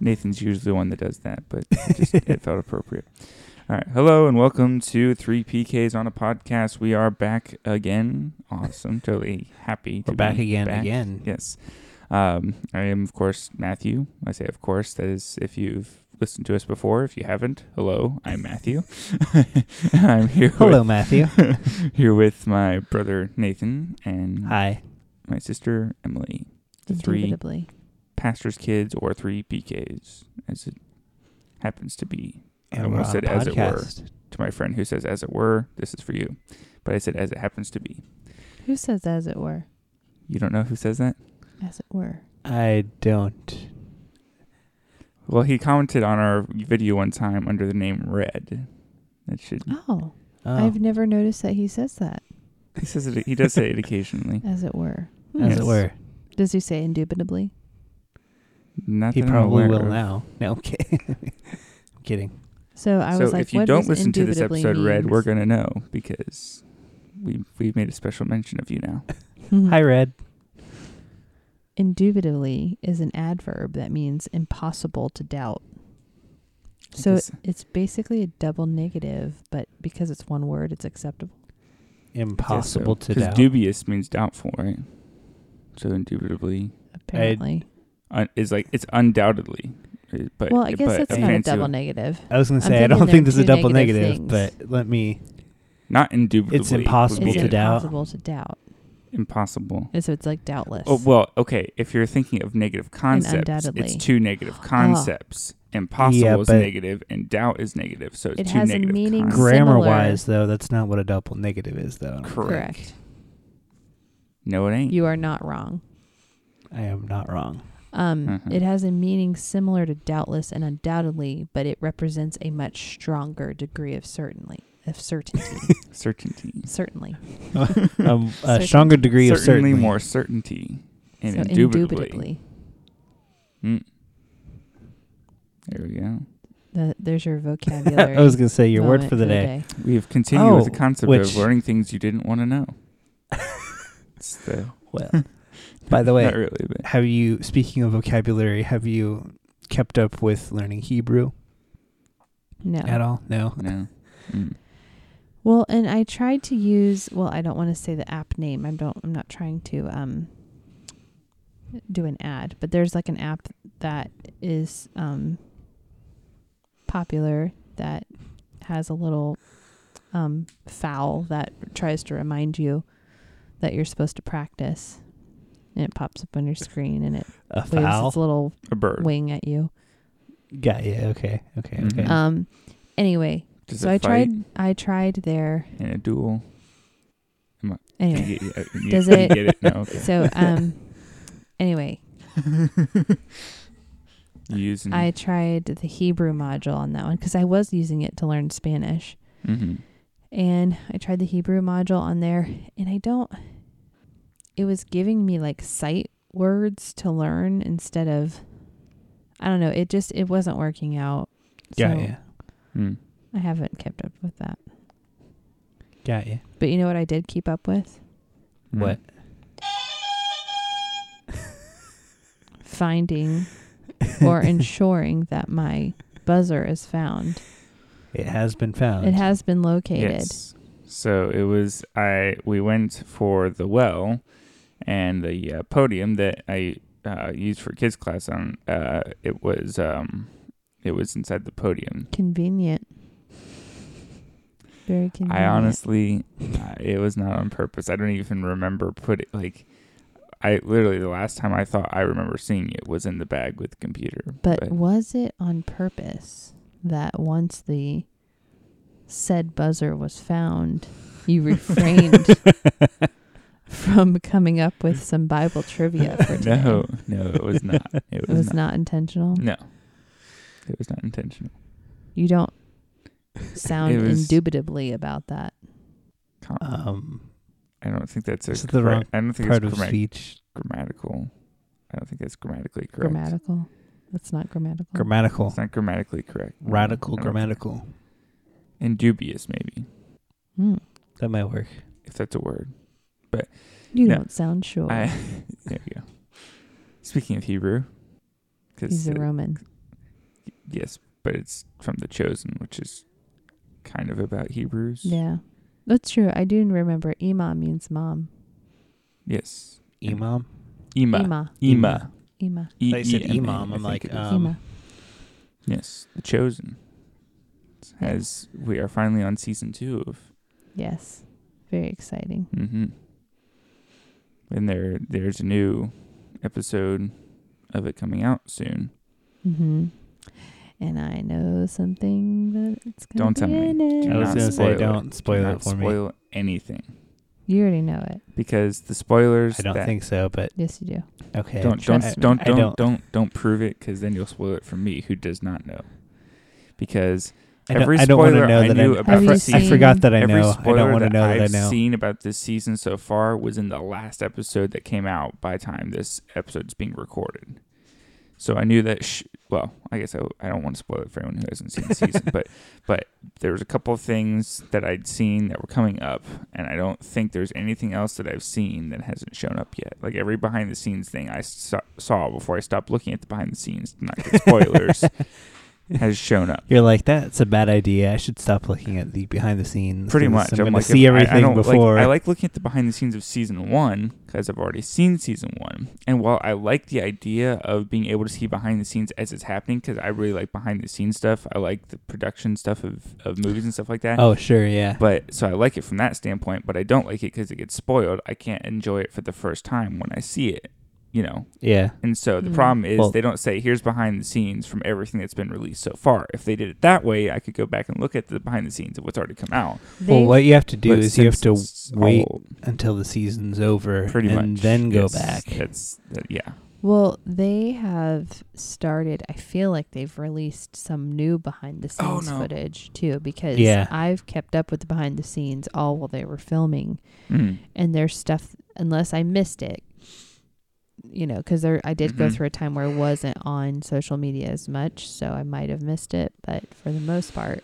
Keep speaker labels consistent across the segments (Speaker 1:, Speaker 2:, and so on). Speaker 1: Nathan's usually the one that does that, but it, just, it felt appropriate. All right. Hello and welcome to 3PKs on a podcast. We are back again. Awesome. Totally happy to
Speaker 2: We're back
Speaker 1: be
Speaker 2: again,
Speaker 1: back.
Speaker 2: again.
Speaker 1: Yes. Um, I am, of course, Matthew. I say, of course, that is if you've listened to us before. If you haven't, hello, I'm Matthew. I'm here,
Speaker 2: Hello, Matthew.
Speaker 1: With, here with my brother Nathan and
Speaker 2: Hi.
Speaker 1: my sister Emily. The three
Speaker 3: Indubitably.
Speaker 1: pastors' kids or three PKs, as it happens to be. I
Speaker 2: And we're
Speaker 1: almost
Speaker 2: on
Speaker 1: said
Speaker 2: a
Speaker 1: as it were
Speaker 2: podcast.
Speaker 1: to my friend who says, as it were, this is for you. But I said, as it happens to be.
Speaker 3: Who says as it were?
Speaker 1: You don't know who says that?
Speaker 3: As it were.
Speaker 2: I don't.
Speaker 1: Well, he commented on our video one time under the name Red. That should
Speaker 3: Oh,
Speaker 2: Oh,
Speaker 3: I've never noticed that he says that.
Speaker 1: he says it. He does say it occasionally.
Speaker 3: As it were. Hmm.
Speaker 2: as
Speaker 1: Yes.
Speaker 2: it were.
Speaker 3: Does he say indubitably?
Speaker 1: Not
Speaker 2: He
Speaker 1: that I'm
Speaker 2: probably
Speaker 1: aware
Speaker 2: will
Speaker 1: of.
Speaker 2: now. No, I'm kidding. I'm kidding.
Speaker 3: So I
Speaker 1: so
Speaker 3: was like,
Speaker 1: if you
Speaker 3: what
Speaker 1: don't
Speaker 3: does
Speaker 1: listen to this
Speaker 3: indubitably
Speaker 1: episode, Red,
Speaker 3: means?
Speaker 1: we're gonna know because we we've made a special mention of you now.
Speaker 3: Mhm.
Speaker 2: Hi, Red.
Speaker 3: Indubitably is an adverb that means impossible to doubt. So
Speaker 1: guess-
Speaker 3: it's basically a double negative, but because it's one word, it's acceptable.
Speaker 2: Impossible to
Speaker 1: Because
Speaker 2: doubt.
Speaker 1: dubious means doubtful, right? So indubitably
Speaker 3: Apparently.
Speaker 1: un, is like it's undoubtedly. uh, But
Speaker 3: well, I guess
Speaker 1: but
Speaker 3: that's not a
Speaker 1: fancy-
Speaker 3: double negative.
Speaker 2: I was going to
Speaker 3: I'm
Speaker 2: say, I
Speaker 3: thinking
Speaker 2: don't
Speaker 3: they're
Speaker 2: think this is a
Speaker 3: two
Speaker 2: double
Speaker 3: negative
Speaker 2: negative,
Speaker 3: things.
Speaker 2: but let me.
Speaker 1: Not indubitably. would be
Speaker 2: impossible
Speaker 3: It's
Speaker 2: to doubt.
Speaker 3: impossible to doubt.
Speaker 1: Impossible.
Speaker 3: And so it's like doubtless.
Speaker 1: Oh well, okay. If you're thinking of negative concepts, it's
Speaker 3: undoubtedly. Oh.
Speaker 1: two negative concepts. Impossible
Speaker 2: Yeah,
Speaker 1: is
Speaker 2: but-
Speaker 1: negative, and doubt is negative. So it's
Speaker 3: It
Speaker 1: two
Speaker 3: has a
Speaker 1: negative.
Speaker 3: meaning
Speaker 1: concepts.
Speaker 3: Correct.
Speaker 2: Grammar wise, though, that's not what a double negative is, though.
Speaker 1: Correct.
Speaker 3: Correct.
Speaker 1: No, it ain't.
Speaker 3: You are not wrong.
Speaker 2: I am not wrong.
Speaker 3: Um,
Speaker 2: Mm-hmm.
Speaker 1: Mhm.
Speaker 3: It has a meaning similar to doubtless and undoubtedly, but it represents a much stronger degree of certainly of certainty.
Speaker 1: certainty.
Speaker 3: certainly,
Speaker 2: Um, a
Speaker 3: Certainty.
Speaker 2: stronger degree
Speaker 1: certainly
Speaker 2: of certainty.
Speaker 1: more certainty, and
Speaker 3: so
Speaker 1: indubitably. Mm. There we go.
Speaker 3: The, there's your vocabulary.
Speaker 2: I was going to say, your word
Speaker 3: moment
Speaker 2: for the day.
Speaker 1: We have continued with the
Speaker 2: Oh,
Speaker 1: concept
Speaker 2: which-
Speaker 1: of learning things you didn't want to know. it's the,
Speaker 2: Well, by the way,
Speaker 1: not really, but
Speaker 2: have you speaking of vocabulary have you kept up with learning hebrew
Speaker 3: No.
Speaker 2: at all no
Speaker 1: no. Mm.
Speaker 3: Well, and I tried to use. Well, I don't want to say the app name. I don't. I'm not trying to um do an ad, but there's like an app that is um popular that has a little um foul that tries to remind you that you're supposed to practice, and it pops up on your screen and it
Speaker 2: a
Speaker 3: waves
Speaker 2: foul
Speaker 3: its little
Speaker 1: A bird.
Speaker 3: wing at you.
Speaker 2: got yeah okay okay
Speaker 1: Mhm.
Speaker 2: okay
Speaker 3: Um. Anyway,
Speaker 1: Does
Speaker 3: so
Speaker 1: it
Speaker 3: I
Speaker 1: fight
Speaker 3: tried. I tried there.
Speaker 1: in a duel? You
Speaker 3: Anyway.
Speaker 1: get- you- you
Speaker 3: Does it-
Speaker 1: Get it? No. okay.
Speaker 3: So um anyway,
Speaker 1: You using?
Speaker 3: I tried the Hebrew module on that one cuz I was using it to learn Spanish.
Speaker 1: Mm-hmm.
Speaker 3: And I tried the Hebrew module on there and I don't it was giving me like sight words to learn instead of I don't know, it just it wasn't working out.
Speaker 2: got
Speaker 3: so
Speaker 2: ya.
Speaker 1: Mm.
Speaker 3: I haven't kept up with that.
Speaker 2: got ya.
Speaker 1: Mm-hmm.
Speaker 3: But you know what I did keep up with?
Speaker 2: what
Speaker 3: Finding or ensuring that my buzzer is found.
Speaker 2: it has been found
Speaker 3: It has been located.
Speaker 1: Yes. So it was. I we went for the well, and the uh, podium that I uh, used for kids class on. Uh, it was um, it was inside the podium.
Speaker 3: Convenient. Very convenient.
Speaker 1: I honestly, uh, it was not on purpose. I don't even remember put it like. I literally the last time I thought I remember seeing it was in the bag with the computer.
Speaker 3: But was it on purpose that once the said buzzer was found, you refrained from coming up with some Bible trivia for today?
Speaker 1: no, no, it was not. It
Speaker 3: It
Speaker 1: was,
Speaker 3: was not intentional.
Speaker 1: No, it was not intentional.
Speaker 3: You don't sound
Speaker 1: It was-
Speaker 3: indubitably about that.
Speaker 1: Com-
Speaker 2: um
Speaker 1: I don't think that's a
Speaker 2: This is the
Speaker 1: correct-
Speaker 2: wrong
Speaker 1: I don't think
Speaker 2: part
Speaker 1: it's
Speaker 2: of
Speaker 1: gramma-
Speaker 2: speech
Speaker 1: grammatical. I don't think that's grammatically correct.
Speaker 3: Grammatical. That's not grammatical.
Speaker 2: grammatical
Speaker 1: It's not grammatically correct. I
Speaker 2: radical
Speaker 1: don't think-
Speaker 2: grammatical
Speaker 1: And dubious, maybe
Speaker 3: Hmm.
Speaker 2: that might work
Speaker 1: if that's a word.
Speaker 3: You
Speaker 1: No.
Speaker 3: don't sound sure.
Speaker 1: I there you go. Speaking of Hebrew, because
Speaker 3: He's a Roman.
Speaker 1: Yes, but it's from The Chosen, which is kind of about Hebrews.
Speaker 3: Yeah. That's true. I do remember Ima means mom.
Speaker 1: Yes.
Speaker 2: Imam.
Speaker 1: Ima.
Speaker 3: Ima.
Speaker 1: Ima.
Speaker 3: Ima.
Speaker 1: E-
Speaker 2: They said
Speaker 1: E- M- A,
Speaker 2: Imam.
Speaker 1: I
Speaker 2: I'm
Speaker 1: think
Speaker 2: like,
Speaker 1: it is.
Speaker 2: um,
Speaker 3: Ima.
Speaker 1: yes, The Chosen. As we are finally on season two of
Speaker 3: Yes. Very exciting.
Speaker 1: Mm-hmm. And there, there's a new episode of it coming out soon.
Speaker 3: Mm-hmm. And I know something that it's going
Speaker 1: Don't
Speaker 3: to
Speaker 1: tell
Speaker 3: be
Speaker 1: me.
Speaker 3: in it.
Speaker 1: Do
Speaker 2: I was
Speaker 1: not
Speaker 2: gonna
Speaker 1: spoil
Speaker 2: say,
Speaker 1: it.
Speaker 2: don't
Speaker 1: Do
Speaker 2: spoil
Speaker 1: not
Speaker 2: it for me.
Speaker 1: spoil anything
Speaker 3: You already know it.
Speaker 1: because the spoilers.
Speaker 2: I don't
Speaker 1: that-
Speaker 2: think so, but
Speaker 3: Yes, you do.
Speaker 2: okay.
Speaker 1: Don't
Speaker 2: try-
Speaker 1: don't
Speaker 2: I-
Speaker 1: don't
Speaker 2: I
Speaker 1: don't, don't don't prove it because then you'll spoil it for me who does not know. Because
Speaker 2: I don't,
Speaker 1: every
Speaker 2: I don't want
Speaker 1: spoiler
Speaker 2: to know
Speaker 1: I
Speaker 2: that
Speaker 1: knew
Speaker 2: I,
Speaker 1: about
Speaker 2: I,
Speaker 3: Have
Speaker 2: for-
Speaker 3: you
Speaker 2: I
Speaker 3: seen-
Speaker 2: forgot that I
Speaker 1: every
Speaker 2: know. I
Speaker 1: spoiler
Speaker 2: don't want to
Speaker 1: that
Speaker 2: know
Speaker 1: I've
Speaker 2: that I know.
Speaker 1: seen about this season so far was in the last episode that came out by the time this episode's being recorded. So I knew that. Sh- well, I guess I, I don't want to spoil it for anyone who hasn't seen the season, but but there was a couple of things that I'd seen that were coming up, and I don't think there's anything else that I've seen that hasn't shown up yet. Like every behind the scenes thing I so- saw before I stopped looking at the behind the scenes to not get spoilers has shown up.
Speaker 2: You're like, that's a bad idea. I should stop looking at the behind the scenes.
Speaker 1: Pretty much.
Speaker 2: 'cause I'm
Speaker 1: I'm
Speaker 2: going
Speaker 1: like,
Speaker 2: to see
Speaker 1: if I- I
Speaker 2: everything
Speaker 1: don't like-
Speaker 2: before.
Speaker 1: I like looking at the behind the scenes of season one because I've already seen season one. And while I like the idea of being able to see behind the scenes as it's happening, because I really like behind the scenes stuff, I like the production stuff of, of movies and stuff like that.
Speaker 2: oh, sure, yeah.
Speaker 1: But so I like it from that standpoint, but I don't like it because it gets spoiled. I can't enjoy it for the first time when I see it, you know.
Speaker 2: yeah.
Speaker 1: And so the
Speaker 3: Mm.
Speaker 1: problem is
Speaker 2: Well-
Speaker 1: they don't say here's behind the scenes from everything that's been released so far. If they did it that way, I could go back and look at the behind the scenes of what's already come out
Speaker 2: Well,
Speaker 3: They,
Speaker 2: what you have to do
Speaker 1: but
Speaker 2: is you have
Speaker 1: since
Speaker 2: to
Speaker 1: it's
Speaker 2: wait
Speaker 1: all
Speaker 2: until the season's over
Speaker 1: pretty
Speaker 2: and
Speaker 1: much
Speaker 2: then go
Speaker 1: yes,
Speaker 2: back.
Speaker 1: That's that, yeah.
Speaker 3: well, they have started. I feel like they've released some new behind the
Speaker 1: Oh,
Speaker 3: scenes
Speaker 1: no.
Speaker 3: footage too, because
Speaker 2: Yeah.
Speaker 3: I've kept up with the behind the scenes all while they were filming,
Speaker 1: Mm.
Speaker 3: and there's stuff unless I missed it. You know, because there I did go
Speaker 2: Mm-hmm.
Speaker 1: Mhm.
Speaker 3: through a time where I wasn't on social media as much, so I might have missed it. But for the most part,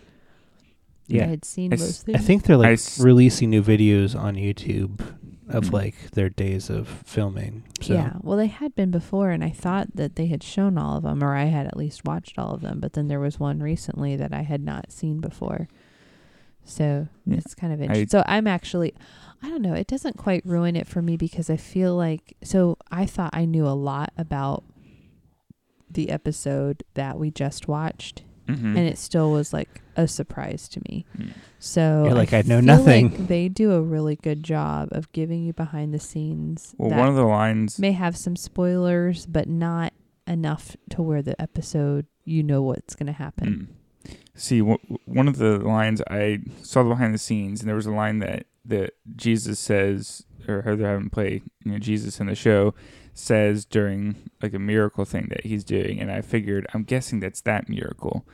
Speaker 3: I
Speaker 2: Yeah.
Speaker 3: had seen
Speaker 1: I s-
Speaker 3: most
Speaker 2: I
Speaker 3: things.
Speaker 2: think they're
Speaker 1: I
Speaker 2: like
Speaker 1: s-
Speaker 2: releasing new videos on YouTube of
Speaker 1: Mm.
Speaker 2: like their days of filming. So
Speaker 3: Yeah, well, they had been before, and I thought that they had shown all of them, or I had at least watched all of them. But then there was one recently that I had not seen before, so
Speaker 1: Yeah,
Speaker 3: it's kind of interesting. so I'm actually, I don't know, it doesn't quite ruin it for me because I feel like so I thought I knew a lot about the episode that we just watched,
Speaker 2: Mm.
Speaker 1: Mm-hmm.
Speaker 3: and it still was like a surprise to me. So
Speaker 2: You're like, "I know
Speaker 3: feel
Speaker 2: nothing."
Speaker 3: like they do a really good job of giving you behind the scenes.
Speaker 1: Well,
Speaker 3: that
Speaker 1: one of the lines.
Speaker 3: may have some spoilers, but not enough to where the episode you know what's going to happen.
Speaker 1: Mm. See, w- one of the lines I saw the behind the scenes, and there was a line that that Jesus says, or how they're having play, you know, Jesus in the show says during like a miracle thing that he's doing, and I figured, I'm guessing that's that miracle.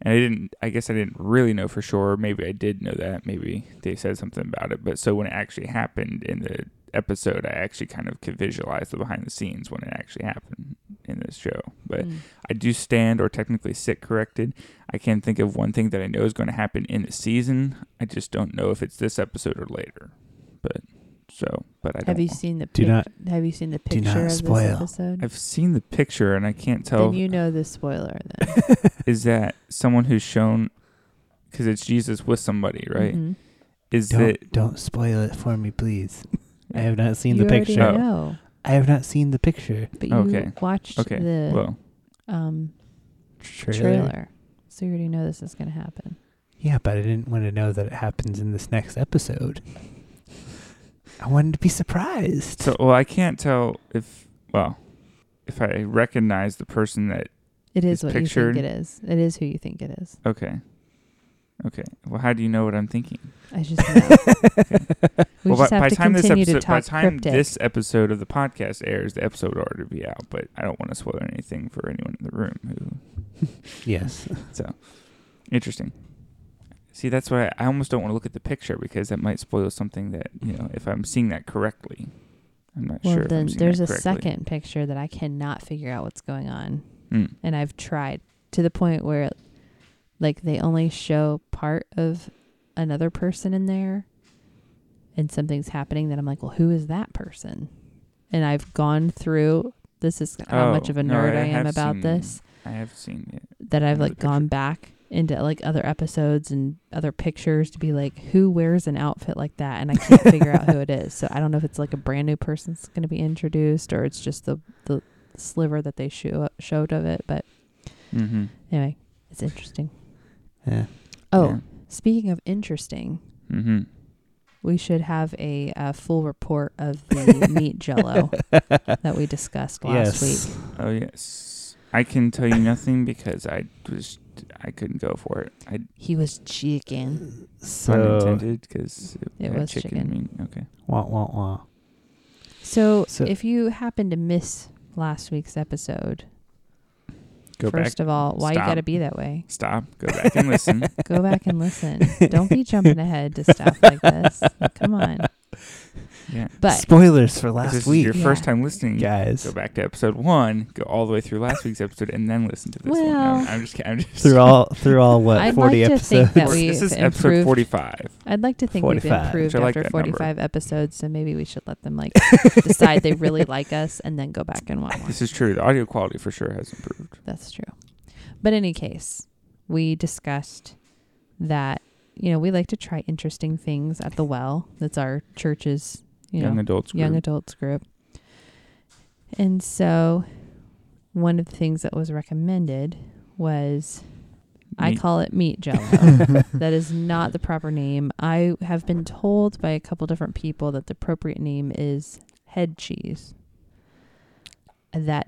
Speaker 1: And I didn't, I guess I didn't really know for sure. Maybe I did know that. Maybe they said something about it. But so when it actually happened in the episode, I actually kind of could visualize the behind the scenes when it actually happened in this show. But
Speaker 3: Mm.
Speaker 1: I do stand or technically sit corrected. I can think of one thing that I know is going to happen in the season. I just don't know if it's this episode or later. But so, but I don't.
Speaker 3: Have you seen the
Speaker 2: Do
Speaker 3: pic-
Speaker 2: not-
Speaker 3: Have you seen the
Speaker 2: do
Speaker 3: picture
Speaker 2: not
Speaker 3: of
Speaker 2: spoil.
Speaker 3: this episode?
Speaker 1: I've seen the picture and I can't tell.
Speaker 3: then you know the spoiler. Then
Speaker 1: is that someone who's shown? Because it's Jesus with somebody, right?
Speaker 3: Mhm.
Speaker 1: Is
Speaker 2: don't
Speaker 1: that
Speaker 2: don't spoil it for me, please. I have not seen
Speaker 3: you
Speaker 2: the picture.
Speaker 1: Oh.
Speaker 3: Already know,
Speaker 2: I have not seen the picture
Speaker 3: but you
Speaker 1: Okay.
Speaker 3: watched
Speaker 1: okay?
Speaker 3: the
Speaker 1: well,
Speaker 3: um,
Speaker 2: trailer.
Speaker 3: trailer. so you already know this is going to happen.
Speaker 2: Yeah, but I didn't want to know that it happens in this next episode. I wanted to be surprised.
Speaker 1: so well, I can't tell if well, if I recognize the person that.
Speaker 3: It
Speaker 1: It's
Speaker 3: is what
Speaker 1: pictured. Oh.
Speaker 3: you think it is. It is who you think it is.
Speaker 1: Okay, okay. Well, how do you know what I'm thinking?
Speaker 3: I just know. we just have to continue
Speaker 1: this episode,
Speaker 3: to
Speaker 1: by
Speaker 3: talk
Speaker 1: the time
Speaker 3: cryptic.
Speaker 1: this episode of the podcast airs, the episode will already be out. But I don't want to spoil anything for anyone in the room.
Speaker 2: yes.
Speaker 1: Who so interesting. See, that's why I almost don't want to look at the picture because that might spoil something that you know. If I'm seeing that correctly, I'm not
Speaker 3: well,
Speaker 1: sure.
Speaker 3: then
Speaker 1: if I'm seeing
Speaker 3: there's a
Speaker 1: that correctly.
Speaker 3: second picture that I cannot figure out what's going on.
Speaker 1: Mm.
Speaker 3: and I've tried to the point where like they only show part of another person in there and something's happening that I'm like, well, who is that person? And I've gone through this is how
Speaker 1: Oh,
Speaker 3: much of a
Speaker 1: no,
Speaker 3: nerd
Speaker 1: I
Speaker 3: I,
Speaker 1: have
Speaker 3: am about
Speaker 1: seen-
Speaker 3: this.
Speaker 1: I have seen it.
Speaker 3: that I've
Speaker 1: Another
Speaker 3: like gone back into like other episodes and other pictures to be like, who wears an outfit like that? And I can't figure out who it is. So I don't know if it's like a brand new person that's going to be introduced or it's just the the sliver that they show showed of it. But
Speaker 1: Mm-hmm.
Speaker 3: anyway, it's interesting.
Speaker 2: Yeah.
Speaker 3: Oh, speaking of interesting,
Speaker 1: Mm-hmm.
Speaker 3: we should have a, uh full report of the meat jello that we discussed last
Speaker 2: yes.
Speaker 3: week.
Speaker 1: Oh yes. I can tell you nothing because I was I couldn't go for it. I
Speaker 3: He was chicken.
Speaker 1: pun
Speaker 2: So,
Speaker 1: intended because it,
Speaker 3: It
Speaker 1: had
Speaker 3: was chicken.
Speaker 1: meat. Okay.
Speaker 2: wah, wah, wah.
Speaker 3: So,
Speaker 2: So-
Speaker 3: if you happen to miss last week's episode,
Speaker 1: Go
Speaker 3: first
Speaker 1: back.
Speaker 3: of all, why
Speaker 1: Stop.
Speaker 3: you got to be that way?
Speaker 1: Stop. Go back and listen.
Speaker 3: Go back and listen. Don't be jumping ahead to stuff like this. Come on.
Speaker 1: Yeah.
Speaker 3: But
Speaker 2: Spoilers for
Speaker 1: if this
Speaker 2: last
Speaker 1: is
Speaker 2: week,
Speaker 1: your first
Speaker 3: Yeah.
Speaker 1: time listening. Go
Speaker 2: guys.
Speaker 1: back to episode one. Go all the way through last week's episode, and then listen to this one. No,
Speaker 3: Well-
Speaker 1: I'm just. kidding. I'm just.
Speaker 2: Through all, through all what
Speaker 3: I'd
Speaker 2: forty
Speaker 3: like to
Speaker 2: episodes?
Speaker 3: think that
Speaker 1: We're-
Speaker 3: we
Speaker 1: this is
Speaker 3: have
Speaker 1: episode
Speaker 3: improved.
Speaker 1: 45.
Speaker 3: I'd like to think
Speaker 2: 45,
Speaker 3: we've improved
Speaker 1: which I like
Speaker 3: after
Speaker 1: that number.
Speaker 3: 45 episodes, so maybe we should let them like decide they really like us and then go back and watch one.
Speaker 1: This is true. The audio quality for sure has improved.
Speaker 3: That's true. But in any case, we discussed that you know we like to try interesting things at the well. That's our church's you know
Speaker 1: Young adults.
Speaker 3: young
Speaker 1: group.
Speaker 3: adults group. And so one of the things that was recommended was I
Speaker 1: Meat-
Speaker 3: call it meat jello. that is not the proper name. I have been told by a couple different people that the appropriate name is head cheese. That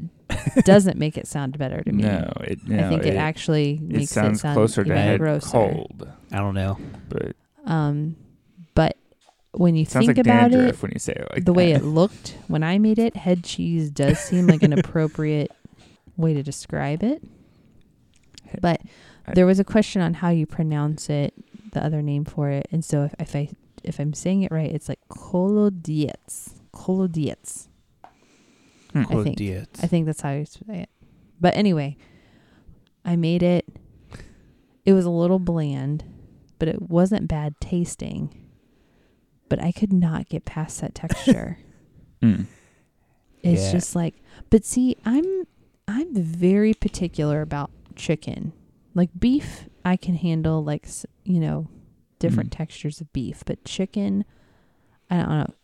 Speaker 3: doesn't make it sound better to me.
Speaker 1: No, it.
Speaker 3: I
Speaker 1: no,
Speaker 3: think it, actually makes
Speaker 1: it sounds
Speaker 3: sound
Speaker 1: closer to
Speaker 3: even
Speaker 1: head
Speaker 3: grosser.
Speaker 1: cold,
Speaker 2: I don't know.
Speaker 1: but it
Speaker 3: Um, but when you
Speaker 1: sounds
Speaker 3: think
Speaker 1: like
Speaker 3: about it,
Speaker 1: dandruff when you say it like
Speaker 3: the way
Speaker 1: that.
Speaker 3: it looked when I made it, head cheese does seem like an appropriate way to describe it. But there was a question on how you pronounce it, the other name for it, and so if, if I if I'm saying it right, it's like kolodietz. Kolodietz.
Speaker 1: Hmm.
Speaker 3: I think. I think that's how you say it. But anyway, I made it. It was a little bland, but it wasn't bad tasting. But I could not get past that texture.
Speaker 1: Mm.
Speaker 3: It's
Speaker 2: Yeah.
Speaker 3: just like, but see, I'm I'm very particular about chicken. Like beef, I can handle like s- you know different
Speaker 1: Mm.
Speaker 3: textures of beef, but chicken, I don't know.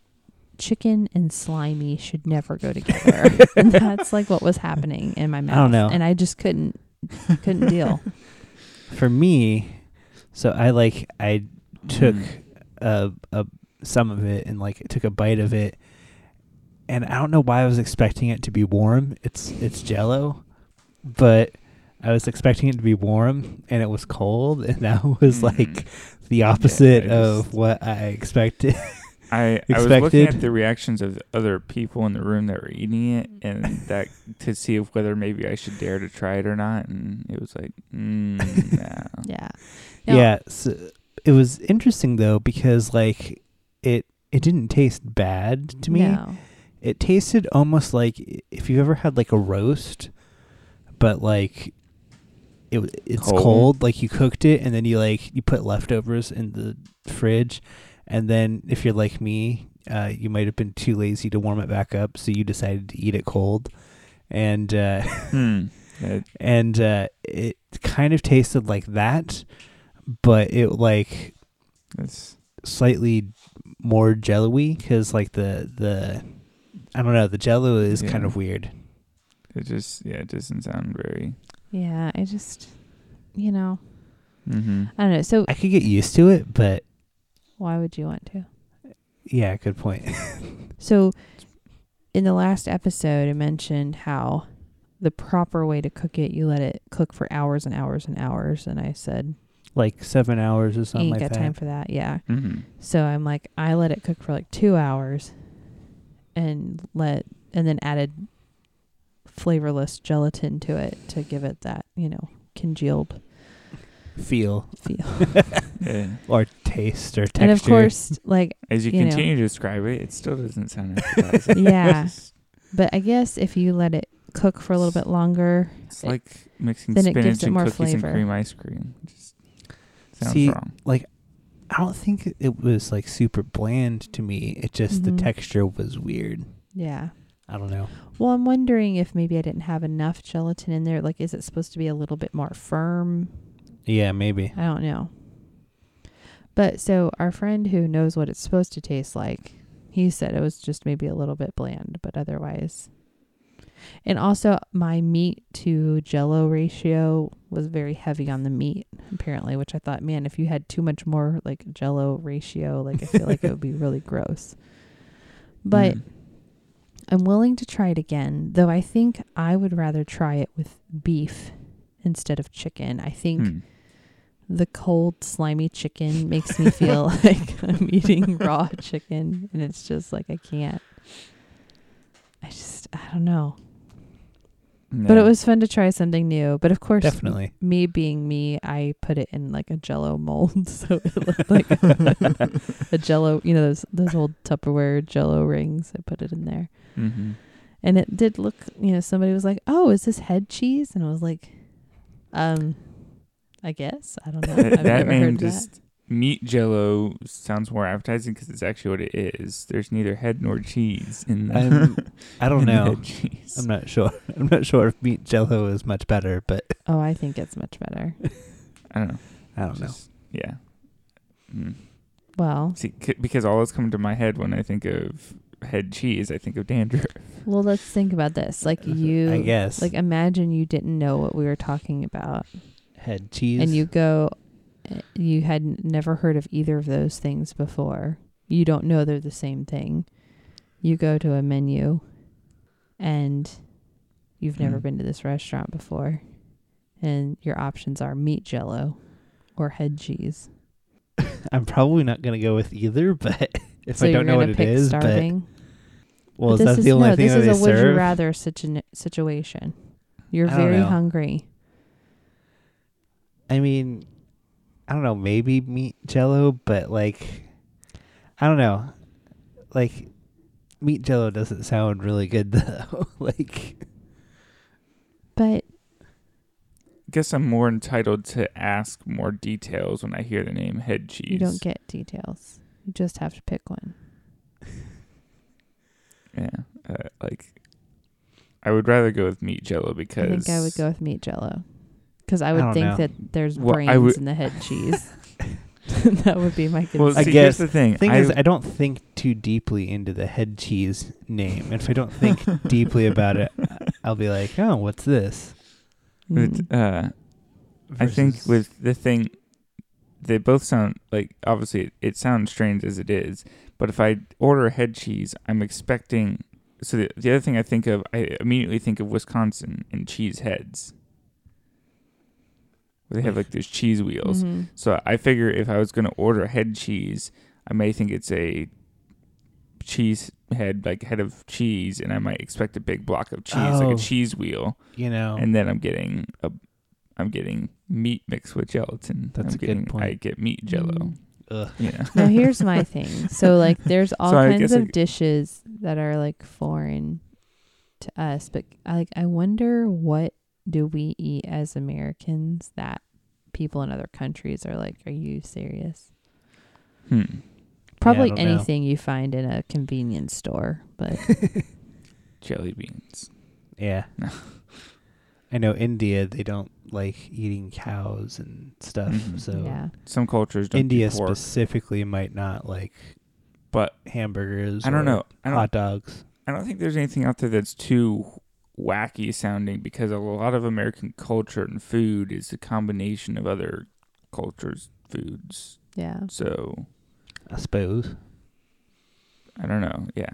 Speaker 3: Chicken and slimy should never go together. and that's like what was happening in my mouth.
Speaker 2: don't know.
Speaker 3: And I just couldn't couldn't deal.
Speaker 2: for me, so I like I took
Speaker 1: Mm.
Speaker 2: a, a some of it and like took a bite of it, and I don't know why I was expecting it to be warm. It's it's Jello, but I was expecting it to be warm and it was cold, and that was
Speaker 1: Mhm.
Speaker 2: like the opposite
Speaker 1: I just-
Speaker 2: of what I expected.
Speaker 1: I, I was looking
Speaker 2: Expected.
Speaker 1: at the reactions of other people in the room that were eating it, and that to see if whether maybe I should dare to try it or not, and it was like, mm, no.
Speaker 3: Yeah. Now-
Speaker 2: yeah, so it was interesting though because like it it didn't taste bad to me.
Speaker 3: No.
Speaker 2: It tasted almost like i- if you ever had like a roast, but like it w- it's
Speaker 1: Cold.
Speaker 2: cold. Like you cooked it and then you like you put leftovers in the fridge, and then if you're like me, uh, you might have been too lazy to warm it back up, so you decided to eat it cold, and uh,
Speaker 1: Hmm. It-
Speaker 2: and uh, it kind of tasted like that, but it like
Speaker 1: it's-
Speaker 2: slightly more jello-y because like the the I don't know the jello is
Speaker 1: Yeah.
Speaker 2: kind of weird.
Speaker 1: it just yeah, it doesn't sound very.
Speaker 3: Yeah. I just you know
Speaker 1: Mm-hmm.
Speaker 3: I don't know. So
Speaker 2: I could get used to it, but
Speaker 3: why would you want to?
Speaker 2: yeah, good point.
Speaker 3: So, in the last episode, I mentioned how the proper way to cook it, you let it cook for hours and hours and hours. And I said,
Speaker 2: like seven hours or
Speaker 3: I
Speaker 2: something
Speaker 3: ain't
Speaker 2: like
Speaker 3: got
Speaker 2: that.
Speaker 3: time for that. Yeah.
Speaker 1: Mm-hmm.
Speaker 3: So I'm like, I let it cook for like two hours and let, and then added flavorless gelatin to it to give it that, you know, congealed
Speaker 2: Feel
Speaker 3: feel.
Speaker 1: Yeah.
Speaker 2: or taste or texture.
Speaker 3: And of course, like,
Speaker 1: As you,
Speaker 3: You know.
Speaker 1: continue to describe it, it still doesn't sound appetizing.
Speaker 3: yeah.
Speaker 1: It's just-
Speaker 3: But I guess if you let it cook for a little bit longer,
Speaker 1: It's
Speaker 3: It-
Speaker 1: like mixing
Speaker 3: then it gives
Speaker 1: spinach
Speaker 3: it
Speaker 1: and
Speaker 3: more
Speaker 1: cookies
Speaker 3: flavor.
Speaker 1: and cream ice cream. It Just sounds
Speaker 2: See,
Speaker 1: wrong.
Speaker 2: I don't think it was like super bland to me. It just
Speaker 3: Mhm.
Speaker 2: the texture was weird.
Speaker 3: yeah.
Speaker 2: I don't know.
Speaker 3: Well, I'm wondering if maybe I didn't have enough gelatin in there. Like, is it supposed to be a little bit more firm?
Speaker 2: Yeah, maybe.
Speaker 3: I don't know. But so our friend who knows what it's supposed to taste like, he said it was just maybe a little bit bland, but otherwise. And also, my meat to jello ratio was very heavy on the meat, apparently, which I thought, man, if you had too much more like jello ratio, like I feel like it would be really gross. But
Speaker 1: Mm.
Speaker 3: I'm willing to try it again, though I think I would rather try it with beef instead of chicken. I think
Speaker 1: Hmm.
Speaker 3: the cold, slimy chicken makes me feel like I'm eating raw chicken, and it's just like I can't. I just, I don't know. But it
Speaker 1: Yeah.
Speaker 3: was fun to try something new. But of course,
Speaker 2: Definitely.
Speaker 3: me being me, I put it in like a jello mold, so it looked like a jello, you know, those, those old Tupperware jello rings. I put it in there.
Speaker 1: Mhm.
Speaker 3: And it did look, you know, somebody was like, "Oh, is this head cheese?" And I was like, "Um, I guess I don't know.
Speaker 1: That,
Speaker 3: I've
Speaker 1: that
Speaker 3: never
Speaker 1: name
Speaker 3: heard
Speaker 1: just meat jello sounds more appetizing because it's actually what it is. There's neither head nor cheese in the.
Speaker 2: I'm, I don't
Speaker 1: in the
Speaker 2: know.
Speaker 1: head cheese.
Speaker 2: I'm not sure. I'm not sure if meat jello is much better, but
Speaker 3: that. Oh, I think it's much better.
Speaker 1: I don't know.
Speaker 2: I don't know.
Speaker 1: Just- Yeah. Mm.
Speaker 3: Well,
Speaker 1: See, c- because all that's coming to my head when I think of head cheese, I think of dandruff.
Speaker 3: well, let's think about this. Like you,
Speaker 2: Uh-huh. I guess
Speaker 3: like imagine you didn't know what we were talking about,
Speaker 2: head cheese
Speaker 3: and you go, eh, you had n- never heard of either of those things before. You don't know they're the same thing. You go to a menu, and you've never
Speaker 2: Hmm.
Speaker 1: Mm.
Speaker 3: been to this restaurant before, and your options are meat jello or head cheese.
Speaker 2: I'm probably not gonna go with either, but if
Speaker 3: so
Speaker 2: I
Speaker 3: you're
Speaker 2: don't know what
Speaker 3: gonna
Speaker 2: it
Speaker 3: pick
Speaker 2: is,
Speaker 3: starving.
Speaker 2: but well,
Speaker 3: But
Speaker 2: is
Speaker 3: this
Speaker 2: that the only
Speaker 3: no,
Speaker 2: thing
Speaker 3: this
Speaker 2: that
Speaker 3: is
Speaker 2: they
Speaker 3: a would you
Speaker 2: serve?
Speaker 3: rather situ- situation. You're
Speaker 2: I don't
Speaker 3: very
Speaker 2: know.
Speaker 3: hungry.
Speaker 2: I mean, I don't know, maybe meat jello, but like, I don't know. Like, meat jello doesn't sound really good though. like,
Speaker 3: But
Speaker 1: Guess I'm more entitled to ask more details when I hear the name head cheese.
Speaker 3: you don't get details. You just have to pick one.
Speaker 1: Yeah, uh, like I would rather go with meat jello
Speaker 3: I
Speaker 1: because
Speaker 3: think I would go with meat jello. Because I
Speaker 2: I
Speaker 3: would
Speaker 2: don't
Speaker 3: think
Speaker 2: know.
Speaker 3: that there's
Speaker 1: Well, I
Speaker 3: brains
Speaker 1: would-
Speaker 3: in the head cheese. that would be my
Speaker 1: Well,
Speaker 3: concern.
Speaker 1: see,
Speaker 2: I
Speaker 1: here's
Speaker 2: guess-
Speaker 1: the thing.
Speaker 2: the thing
Speaker 1: I,
Speaker 2: is, I don't think too deeply into the head cheese name. And if I don't think deeply about it, I'll be like, oh, what's this?
Speaker 1: with,
Speaker 3: Mm.
Speaker 1: uh, I think
Speaker 2: Versus-
Speaker 1: with the thing, they both sound like obviously it, it sounds strange as it is, but if I order head cheese, I'm expecting. So the, the other thing I think of, I immediately think of Wisconsin and cheese heads. Where they have like those cheese wheels.
Speaker 2: Mm-hmm.
Speaker 3: Mhm.
Speaker 1: So I figure if I was going to order head cheese, I may think it's a cheese head, like head of cheese, and I might expect a big block of cheese, like
Speaker 2: Oh.
Speaker 1: a cheese wheel
Speaker 2: you know,
Speaker 1: and then I'm getting a, I'm getting meat mixed with gelatin.
Speaker 2: That's
Speaker 1: I'm
Speaker 2: a good
Speaker 1: getting,
Speaker 2: point.
Speaker 1: I get meat jello.
Speaker 3: Mm.
Speaker 2: ugh.
Speaker 1: You know,
Speaker 3: Now here's my thing. So like there's all
Speaker 1: So I
Speaker 3: kinds
Speaker 1: guess I-
Speaker 3: of dishes that are like foreign to us, but I like I wonder what do we eat as Americans that people in other countries are like, are you serious?
Speaker 1: hmm.
Speaker 3: Probably
Speaker 2: don't know.
Speaker 3: anything you find in a convenience store, but
Speaker 1: jelly beans.
Speaker 2: yeah.
Speaker 1: No.
Speaker 2: I know India, they don't like eating cows and stuff.
Speaker 1: Mhm.
Speaker 2: So
Speaker 3: yeah.
Speaker 1: Some cultures don't
Speaker 2: India
Speaker 1: do pork,
Speaker 2: specifically might not like
Speaker 1: but
Speaker 2: hamburgers.
Speaker 1: I don't
Speaker 2: or
Speaker 1: know. I don't.
Speaker 2: hot dogs.
Speaker 1: I don't think there's anything out there that's too wacky sounding because a lot of American culture and food is a combination of other cultures' foods.
Speaker 3: Yeah. Oh,
Speaker 1: So
Speaker 2: I suppose.
Speaker 1: I don't know. Yeah.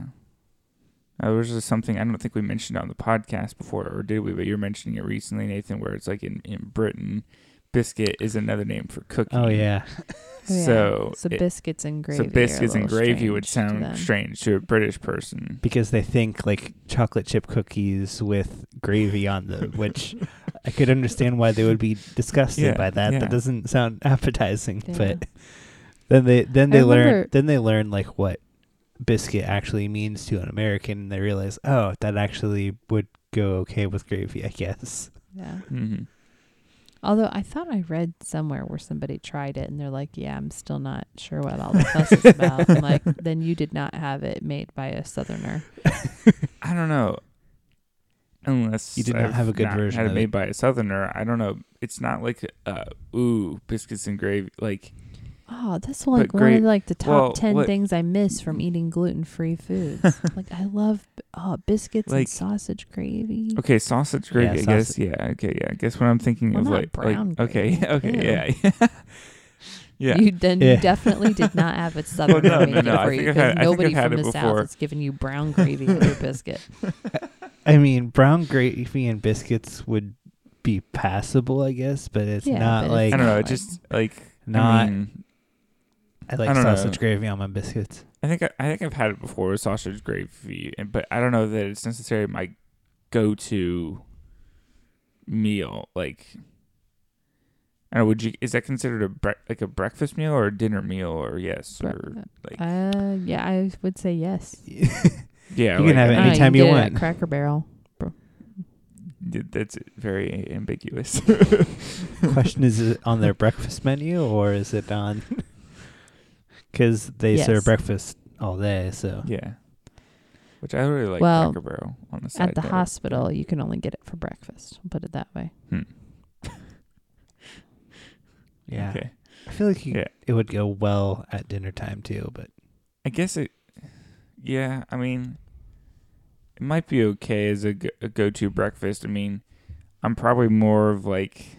Speaker 1: Uh, there was just something I don't think we mentioned on the podcast before, or did we? But you're mentioning it recently, Nathan, where it's like in, in Britain, biscuit is another name for cookie.
Speaker 2: Oh yeah,
Speaker 3: Oh, yeah.
Speaker 1: So,
Speaker 3: so
Speaker 1: it-
Speaker 3: biscuits and gravy.
Speaker 1: so
Speaker 3: are a
Speaker 1: biscuits and
Speaker 3: little
Speaker 1: gravy would
Speaker 3: strange to
Speaker 1: sound
Speaker 3: them.
Speaker 1: strange to a British person.
Speaker 2: because they think like chocolate chip cookies with gravy on them, which I could understand why they would be disgusted
Speaker 1: Yeah,
Speaker 2: by that.
Speaker 1: yeah.
Speaker 2: That doesn't sound appetizing,
Speaker 3: Yeah.
Speaker 2: but then they then
Speaker 3: I
Speaker 2: they learn
Speaker 3: wonder-
Speaker 2: then they learn like what biscuit actually means to an American, and they realize oh that actually would go okay with gravy, I guess.
Speaker 3: Yeah.
Speaker 1: hmm
Speaker 3: Although I thought I read somewhere where somebody tried it and they're like, "Yeah, I'm still not sure what all the fuss is about." I'm like, "Then you did not have it made by a Southerner."
Speaker 1: I don't know. Unless
Speaker 2: You did not
Speaker 1: I've
Speaker 2: have a good
Speaker 1: not
Speaker 2: version
Speaker 1: had
Speaker 2: of
Speaker 1: it
Speaker 2: it.
Speaker 1: made by a southerner, I don't know. It's not like uh, ooh biscuits and gravy. Like
Speaker 3: Oh, that's like
Speaker 1: But
Speaker 3: one
Speaker 1: great-
Speaker 3: of like the top
Speaker 1: well,
Speaker 3: ten
Speaker 1: what- Mm-hmm.
Speaker 3: things I miss from eating gluten-free foods. like I love oh, biscuits
Speaker 1: Like-
Speaker 3: and sausage gravy.
Speaker 1: okay, sausage gravy. I guess yeah. Okay, yeah. I guess what I'm thinking
Speaker 3: Well,
Speaker 1: of
Speaker 3: not
Speaker 1: like,
Speaker 3: brown
Speaker 1: like okay,
Speaker 3: gravy.
Speaker 1: okay,
Speaker 3: Ew.
Speaker 1: yeah, yeah. yeah.
Speaker 3: You then
Speaker 2: Yeah.
Speaker 3: you definitely did not have it southern
Speaker 1: no, no,
Speaker 3: gravy
Speaker 1: no, I
Speaker 3: for
Speaker 1: think
Speaker 3: you
Speaker 1: I've had- I
Speaker 3: because
Speaker 1: think I've
Speaker 3: nobody
Speaker 1: had
Speaker 3: from
Speaker 1: it
Speaker 3: the south
Speaker 1: before.
Speaker 3: is giving you brown gravy with your biscuit.
Speaker 2: I mean, brown gravy and biscuits would be passable, I guess, but it's
Speaker 3: Yeah,
Speaker 2: not
Speaker 3: but
Speaker 1: I
Speaker 2: like
Speaker 3: it's
Speaker 1: don't know.
Speaker 3: not
Speaker 1: It just like I
Speaker 2: Not-
Speaker 1: mean,
Speaker 2: I like
Speaker 1: I don't know.
Speaker 2: sausage gravy on my biscuits.
Speaker 1: I think I, I think I've had it before with sausage gravy, and- but I don't know that it's necessarily my go-to meal. Like, I don't know, would you is that considered a bre- like a breakfast meal or a dinner meal or yes or like
Speaker 3: Uh, yeah, I would say yes.
Speaker 2: you
Speaker 1: yeah?
Speaker 2: can
Speaker 1: like,
Speaker 2: have it
Speaker 3: I don't know,
Speaker 2: anytime
Speaker 3: can
Speaker 2: you
Speaker 3: get it
Speaker 2: want.
Speaker 3: At Cracker Barrel.
Speaker 1: d- That's very ambiguous.
Speaker 2: Question is, is it on their breakfast menu or is it on? Because they
Speaker 3: Yes.
Speaker 2: serve breakfast all day, so
Speaker 1: yeah, which I really like
Speaker 3: Well,
Speaker 1: Cracker Barrel on the side.
Speaker 3: At the
Speaker 1: note.
Speaker 3: hospital, you can only get it for breakfast. I'll Put it that way.
Speaker 2: yeah.
Speaker 1: Okay.
Speaker 2: I feel like you,
Speaker 1: Yeah.
Speaker 2: it would go well at dinner time too. But
Speaker 1: I guess it. Yeah, I mean, it might be okay as a, go- a go-to breakfast. I mean, I'm probably more of like,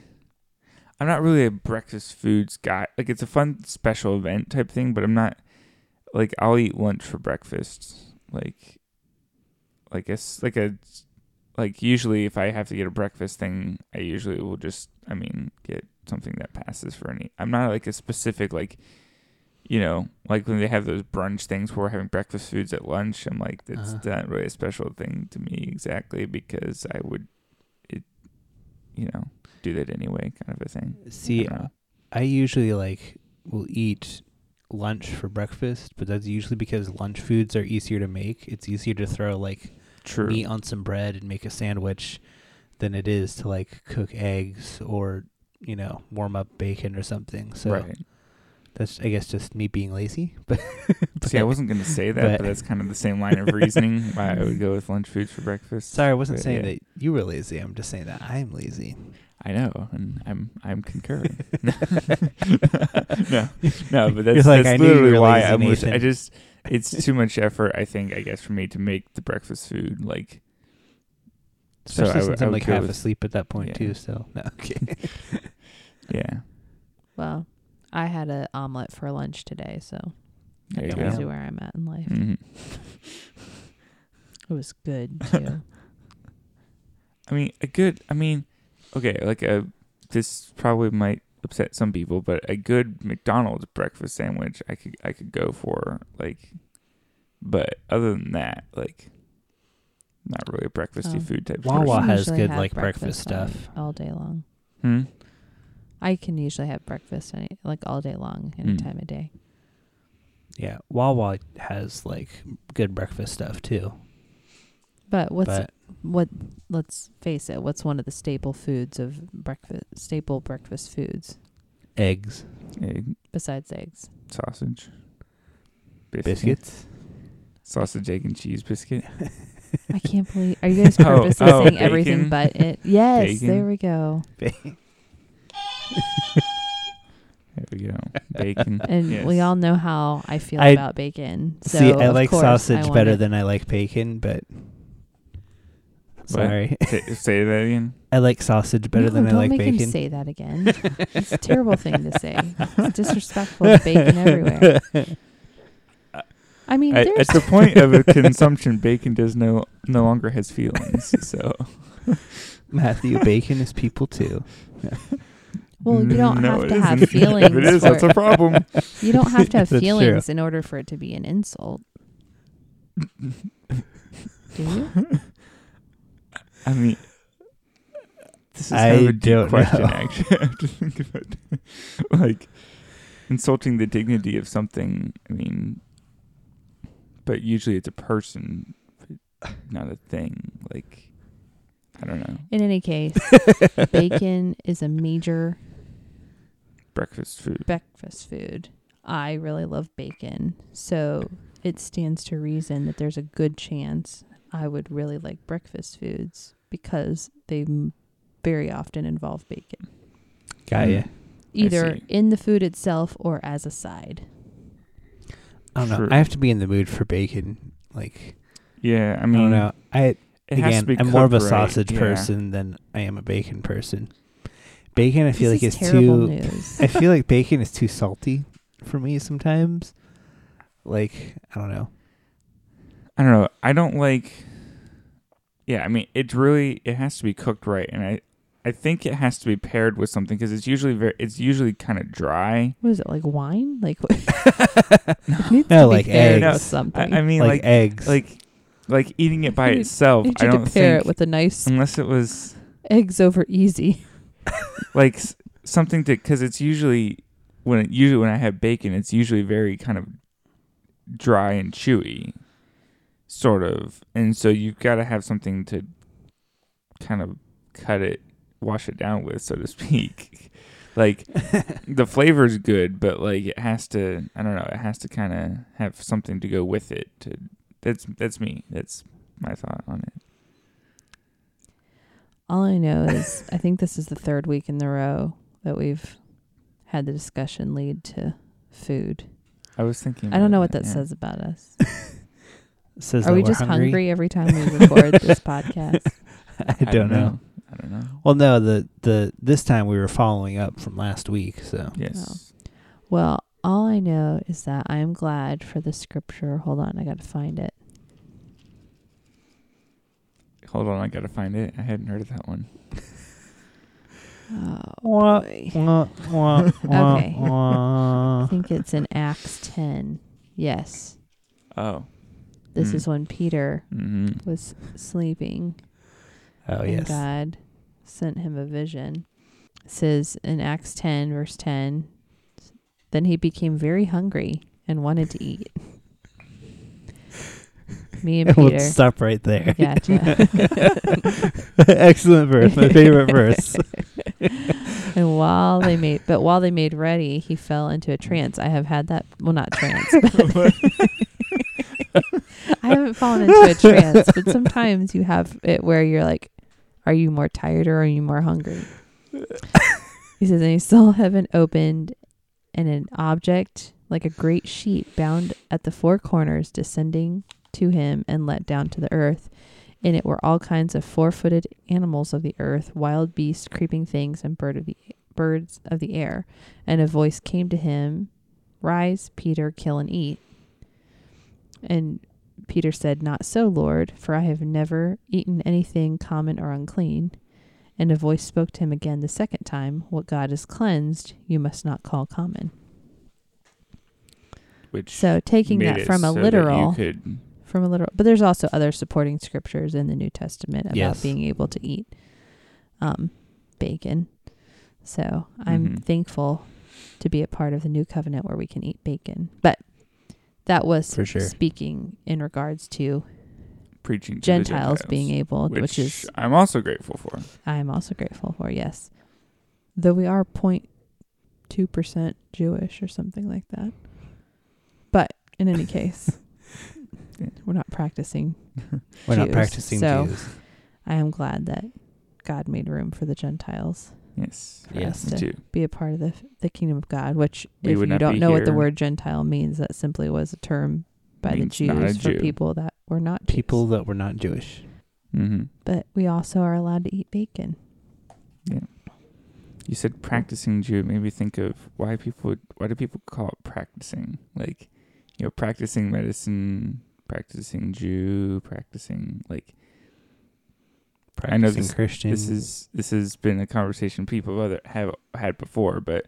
Speaker 1: I'm not really a breakfast foods guy. Like, it's a fun special event type thing, but I'm not like I'll eat lunch for breakfast. Like, like it's like a like usually if I have to get a breakfast thing, I usually will just I mean get something that passes for any. I'm not like a specific like you know, like when they have those brunch things where we're having breakfast foods at lunch, I'm like, that's
Speaker 2: Uh-huh.
Speaker 1: not really a special thing to me exactly because I would, it, you know, do that anyway, kind of a thing. I
Speaker 2: see,
Speaker 1: don't know.
Speaker 2: I usually like will eat lunch for breakfast, but that's usually because lunch foods are easier to make. It's easier to throw like
Speaker 1: True.
Speaker 2: meat on some bread and make a sandwich than it is to like cook eggs or you know warm up bacon or something. So
Speaker 1: right.
Speaker 2: that's I guess just me being lazy. But, but
Speaker 1: See, I wasn't going to say that, but,
Speaker 2: but-
Speaker 1: that's kind of the same line of reasoning why I would go with lunch foods for breakfast.
Speaker 2: sorry, I wasn't
Speaker 1: but
Speaker 2: saying
Speaker 1: yeah.
Speaker 2: that you were lazy. I'm just saying that I'm lazy.
Speaker 1: I know, and I'm I'm concurring. no, no, but
Speaker 2: You're
Speaker 1: that's,
Speaker 2: like,
Speaker 1: that's
Speaker 2: "I knew you
Speaker 1: literally
Speaker 2: were
Speaker 1: why
Speaker 2: lazy,
Speaker 1: I'm. with- I
Speaker 2: Nathan."
Speaker 1: just it's too much effort, I think, I guess, for me to make the breakfast food. Like, So
Speaker 2: Especially
Speaker 1: I would-
Speaker 2: since
Speaker 1: I
Speaker 2: I'm
Speaker 1: would
Speaker 2: like
Speaker 1: go
Speaker 2: half
Speaker 1: with-
Speaker 2: asleep at that point
Speaker 1: yeah.
Speaker 2: too. So no, okay.
Speaker 1: yeah,
Speaker 3: Well, I had an omelet for lunch today, so
Speaker 1: there you
Speaker 2: Yeah.
Speaker 3: that
Speaker 1: go.
Speaker 3: tells you where I'm at in life.
Speaker 1: Mhm.
Speaker 3: It was good too.
Speaker 1: I mean, a good. I mean, okay, like a this probably might upset some people, but a good McDonald's breakfast sandwich, I could I could go for like, but other than that, like, not really a breakfasty
Speaker 3: Oh.
Speaker 1: food type.
Speaker 2: Wawa
Speaker 1: person.
Speaker 2: has
Speaker 3: Usually
Speaker 2: good,
Speaker 3: have
Speaker 2: like, breakfast
Speaker 3: on
Speaker 2: stuff.
Speaker 3: all day long.
Speaker 1: Hmm?
Speaker 3: I can usually have breakfast any like all day long, any
Speaker 1: Mm.
Speaker 3: time of day.
Speaker 2: yeah, Wawa has like good breakfast stuff too.
Speaker 3: But what's
Speaker 2: but
Speaker 3: what? Let's face it. What's one of the staple foods of breakfast? Staple breakfast foods
Speaker 2: eggs,
Speaker 1: Hmm? Egg,
Speaker 3: besides eggs.
Speaker 1: sausage,
Speaker 2: biscuits.
Speaker 1: sausage, egg, and cheese biscuit.
Speaker 3: I can't believe. Are you guys
Speaker 1: Oh,
Speaker 3: purposely
Speaker 1: oh,
Speaker 3: saying
Speaker 1: bacon.
Speaker 3: everything but it? Yes, there
Speaker 1: Bacon.
Speaker 3: we go.
Speaker 1: There we go. Bacon.
Speaker 3: And
Speaker 1: Yes.
Speaker 3: we all know how I feel
Speaker 2: I-
Speaker 3: about bacon. So
Speaker 2: See, I
Speaker 3: of
Speaker 2: like
Speaker 3: course I
Speaker 2: sausage
Speaker 3: want
Speaker 2: better
Speaker 3: it.
Speaker 2: than I like bacon, but sorry,
Speaker 1: say, say that again.
Speaker 2: I like sausage better
Speaker 3: No,
Speaker 2: than I
Speaker 3: don't
Speaker 2: like
Speaker 3: make
Speaker 2: bacon.
Speaker 3: Him say that again. it's a terrible thing to say. It's disrespectful to bacon everywhere. I mean,
Speaker 1: At,
Speaker 3: there's
Speaker 1: at the point of consumption, bacon does no no longer has feelings. So
Speaker 2: Matthew, bacon is people too.
Speaker 3: well, you don't
Speaker 1: No,
Speaker 3: have
Speaker 1: it
Speaker 3: to have
Speaker 1: isn't.
Speaker 3: feelings.
Speaker 1: If it is,
Speaker 3: for-
Speaker 1: that's a problem.
Speaker 3: you don't have to
Speaker 2: That's
Speaker 3: have
Speaker 2: true.
Speaker 3: feelings in order for it to be an insult. Do you?
Speaker 1: I mean, this is
Speaker 2: I
Speaker 1: kind of a deep
Speaker 2: don't
Speaker 1: question.
Speaker 2: know.
Speaker 1: Actually, I have to think about like insulting the dignity of something. I mean, but usually it's a person, not a thing. Like, I don't know,
Speaker 3: In any case, bacon is a major
Speaker 1: breakfast food.
Speaker 3: breakfast food. I really love bacon, so it stands to reason that there's a good chance I would really like breakfast foods because they m- very often involve bacon,
Speaker 2: Got ya.
Speaker 1: Mm.
Speaker 3: either
Speaker 1: see.
Speaker 3: in the food itself or as a side.
Speaker 2: I don't know.
Speaker 1: True.
Speaker 2: I have to be in the mood for bacon. Like
Speaker 1: Yeah, I
Speaker 2: I,
Speaker 1: mean,
Speaker 2: don't know. I
Speaker 1: It has to
Speaker 2: again,
Speaker 1: be
Speaker 2: I'm more of a
Speaker 1: cooked right,
Speaker 2: sausage
Speaker 1: yeah.
Speaker 2: person than I am a bacon person. Bacon, I feel
Speaker 3: this
Speaker 2: like
Speaker 3: is
Speaker 2: is too.
Speaker 3: terrible news.
Speaker 2: I feel like bacon is too salty for me sometimes. Like I don't know.
Speaker 1: I don't know. I don't like. Yeah, I mean, it's really it has to be cooked right, and I, I think it has to be paired with something because it's usually very it's usually kind of dry.
Speaker 3: what is it like wine? Like what?
Speaker 2: No, like
Speaker 3: paired with
Speaker 2: eggs.
Speaker 1: I,
Speaker 3: something.
Speaker 1: I mean,
Speaker 2: like,
Speaker 1: like like,
Speaker 2: eggs.
Speaker 1: like eating it by
Speaker 3: You-
Speaker 1: itself.
Speaker 3: you
Speaker 1: I don't
Speaker 3: to pair
Speaker 1: think Mm.
Speaker 3: it with a nice
Speaker 1: unless it was
Speaker 3: eggs over easy.
Speaker 1: like s- something to because it's usually when it usually when I have bacon, it's usually very kind of dry and chewy, sort of, and so you've got to have something to kind of cut it, wash it down with, so to speak. like the flavor's good, but like it has to, I don't know, it has to kind of have something to go with it. To that's that's me. That's my thought on it.
Speaker 3: All I know is I think this is the third week in the row that we've had the discussion lead to food.
Speaker 1: I was thinking.
Speaker 3: I don't
Speaker 1: about
Speaker 3: know what that
Speaker 1: yeah.
Speaker 3: says about us.
Speaker 2: Says
Speaker 3: Are
Speaker 2: that
Speaker 3: we
Speaker 2: we're
Speaker 3: just hungry? every time we record this podcast?
Speaker 2: I don't, know.
Speaker 1: I don't know.
Speaker 2: Well, no, the the this time we were following up from last week, so
Speaker 1: Yes.
Speaker 3: Well, all I know is that I am glad for the scripture. Hold on, I got to find it.
Speaker 1: Hold on, I gotta find it. I hadn't heard of that one.
Speaker 3: Oh,
Speaker 2: Wah,
Speaker 3: boy.
Speaker 2: wah, wah, wah,
Speaker 3: Okay. I
Speaker 2: wah.
Speaker 3: think it's in Acts 10. Yes.
Speaker 1: Oh.
Speaker 3: This
Speaker 1: Hmm.
Speaker 3: is when Peter
Speaker 1: hmm
Speaker 3: was sleeping
Speaker 2: Oh
Speaker 3: and
Speaker 2: yes.
Speaker 3: God sent him a vision. It says in Acts 10, verse 10, then he became very hungry and wanted to eat. Me and
Speaker 2: We'll
Speaker 3: Peter.
Speaker 2: stop right there.
Speaker 3: Gotcha.
Speaker 2: Excellent verse, my favorite verse.
Speaker 3: and while they made, but while they made ready, he fell into a trance. I have had that. Well, not trance. But I haven't fallen into a trance, but sometimes you have it where you're like, are you more tired or are you more hungry? He says, and he saw heaven opened and an object like a great sheet bound at the four corners descending to him and let down to the earth. In it were all kinds of four-footed animals of the earth, wild beasts, creeping things, and bird of the birds of the air. And a voice came to him, "Rise, Peter, kill and eat." And Peter said, "Not so, Lord, for I have never eaten anything common or unclean." And a voice spoke to him again the second time, "What God has cleansed, you must not call common."
Speaker 1: Which
Speaker 3: So taking
Speaker 1: made
Speaker 3: that
Speaker 1: it
Speaker 3: from a
Speaker 1: so that
Speaker 3: literal
Speaker 1: you could,
Speaker 3: from a literal but there's also other supporting scriptures in the new testament about
Speaker 2: Yes.
Speaker 3: being able to eat um, bacon so i'm
Speaker 1: Mhm.
Speaker 3: thankful to be a part of the new covenant where we can eat bacon but that was
Speaker 2: For sure.
Speaker 3: speaking in regards to
Speaker 1: preaching to the
Speaker 3: gentiles being able
Speaker 1: which,
Speaker 3: which is
Speaker 1: I'm also grateful for.
Speaker 3: i'm also grateful for yes though we are 0.2% jewish or something like that but in any case we're not practicing
Speaker 2: We're not
Speaker 3: Jews,
Speaker 2: practicing
Speaker 3: so-
Speaker 2: Jews.
Speaker 3: I am glad that God made room for the Gentiles
Speaker 1: Yes.
Speaker 2: Yes.
Speaker 1: Me
Speaker 3: to
Speaker 1: too.
Speaker 3: be a part of the the kingdom of God. Which,
Speaker 1: We
Speaker 3: if
Speaker 1: would
Speaker 3: you
Speaker 1: not
Speaker 3: don't
Speaker 1: be
Speaker 3: know what the
Speaker 1: here.
Speaker 3: word Gentile means, that simply was a term by the
Speaker 1: Means not
Speaker 3: Jews
Speaker 1: a
Speaker 3: for
Speaker 1: Jew.
Speaker 3: people that were not Jews.
Speaker 2: People that were not Jewish.
Speaker 1: Mm-hmm.
Speaker 3: But we also are allowed to eat bacon.
Speaker 1: You said practicing Jew made me think of why people would- why do people call it practicing? Like, you know, practicing medicine, practicing Jew, practicing like I
Speaker 2: Practicing
Speaker 1: know
Speaker 2: Christian.
Speaker 1: this is this has been a conversation people have other have had before, but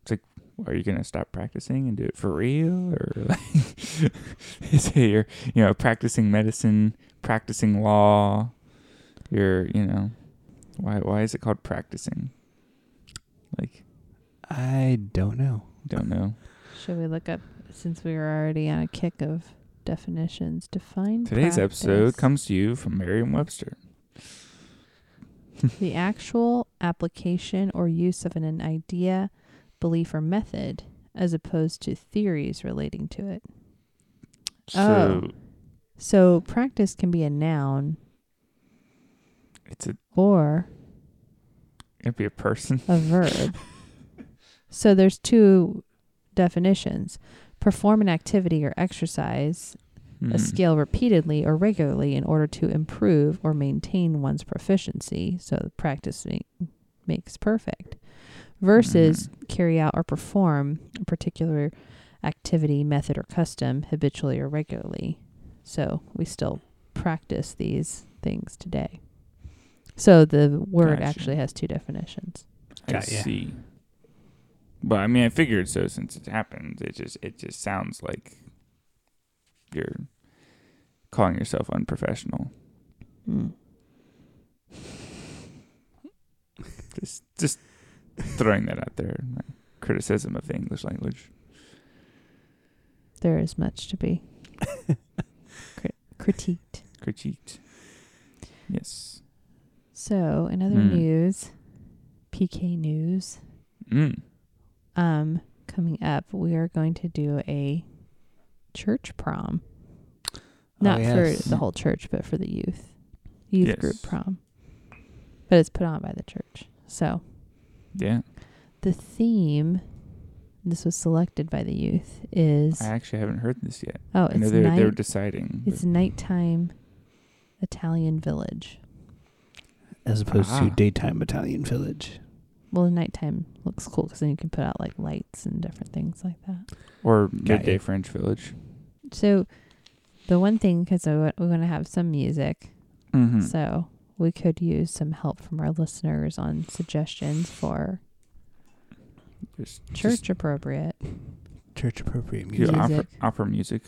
Speaker 1: it's like, are you gonna stop practicing and do it for real, or like, is it you're you know practicing medicine, practicing law, you're you know, why why is it called practicing? Like,
Speaker 2: I don't know.
Speaker 1: don't know.
Speaker 3: Should we look up since we were already on a kick of definitions? Define
Speaker 1: Today's
Speaker 3: practice.
Speaker 1: episode comes to you from Merriam-Webster.
Speaker 3: the actual application or use of an idea, belief, or method, as opposed to theories relating to it.
Speaker 1: So
Speaker 3: So practice can be a noun
Speaker 1: It's a
Speaker 3: or
Speaker 1: it'd be a person.
Speaker 3: a verb. so there's two definitions. Perform an activity or exercise
Speaker 1: Hmm.
Speaker 3: a skill repeatedly or regularly in order to improve or maintain one's proficiency. So practicing makes perfect. Versus carry out or perform a particular activity, method, or custom habitually or regularly. So we still practice these things today. So the word
Speaker 1: Gotcha.
Speaker 3: actually has two definitions.
Speaker 1: I
Speaker 2: Got ya.
Speaker 1: see. But I mean, I figured so since it happened. It just it just sounds like you're calling yourself unprofessional.
Speaker 3: Mm.
Speaker 1: Just just throwing that out there. my criticism of the English language.
Speaker 3: There is much to be crit- critiqued.
Speaker 1: Critiqued. Yes.
Speaker 3: So, in other
Speaker 1: Mm.
Speaker 3: news, PK news.
Speaker 1: Mm.
Speaker 3: um coming up we are going to do a church prom
Speaker 1: Oh,
Speaker 3: not
Speaker 2: yes.
Speaker 3: for the whole church but for the youth youth group
Speaker 1: Yes.
Speaker 3: prom but it's put on by the church so
Speaker 1: Yeah.
Speaker 3: the theme this was selected by the youth is
Speaker 1: I actually haven't heard this yet.
Speaker 3: oh
Speaker 1: I know
Speaker 3: it's
Speaker 1: they're
Speaker 3: night
Speaker 1: they're deciding.
Speaker 3: it's nighttime italian village
Speaker 2: as opposed
Speaker 1: Ah.
Speaker 2: to daytime Italian village.
Speaker 3: well nighttime looks cool because then you can put out like lights and different things like that
Speaker 1: or
Speaker 2: ya.
Speaker 1: midday French village.
Speaker 3: so the one thing because we're going to have some music
Speaker 2: Hmm.
Speaker 1: Mm-hmm.
Speaker 3: So we could use some help from our listeners on suggestions for
Speaker 1: Just,
Speaker 3: church
Speaker 1: just
Speaker 3: appropriate
Speaker 2: Church appropriate
Speaker 1: do
Speaker 2: music.
Speaker 3: Yeah.
Speaker 1: opera,
Speaker 3: music.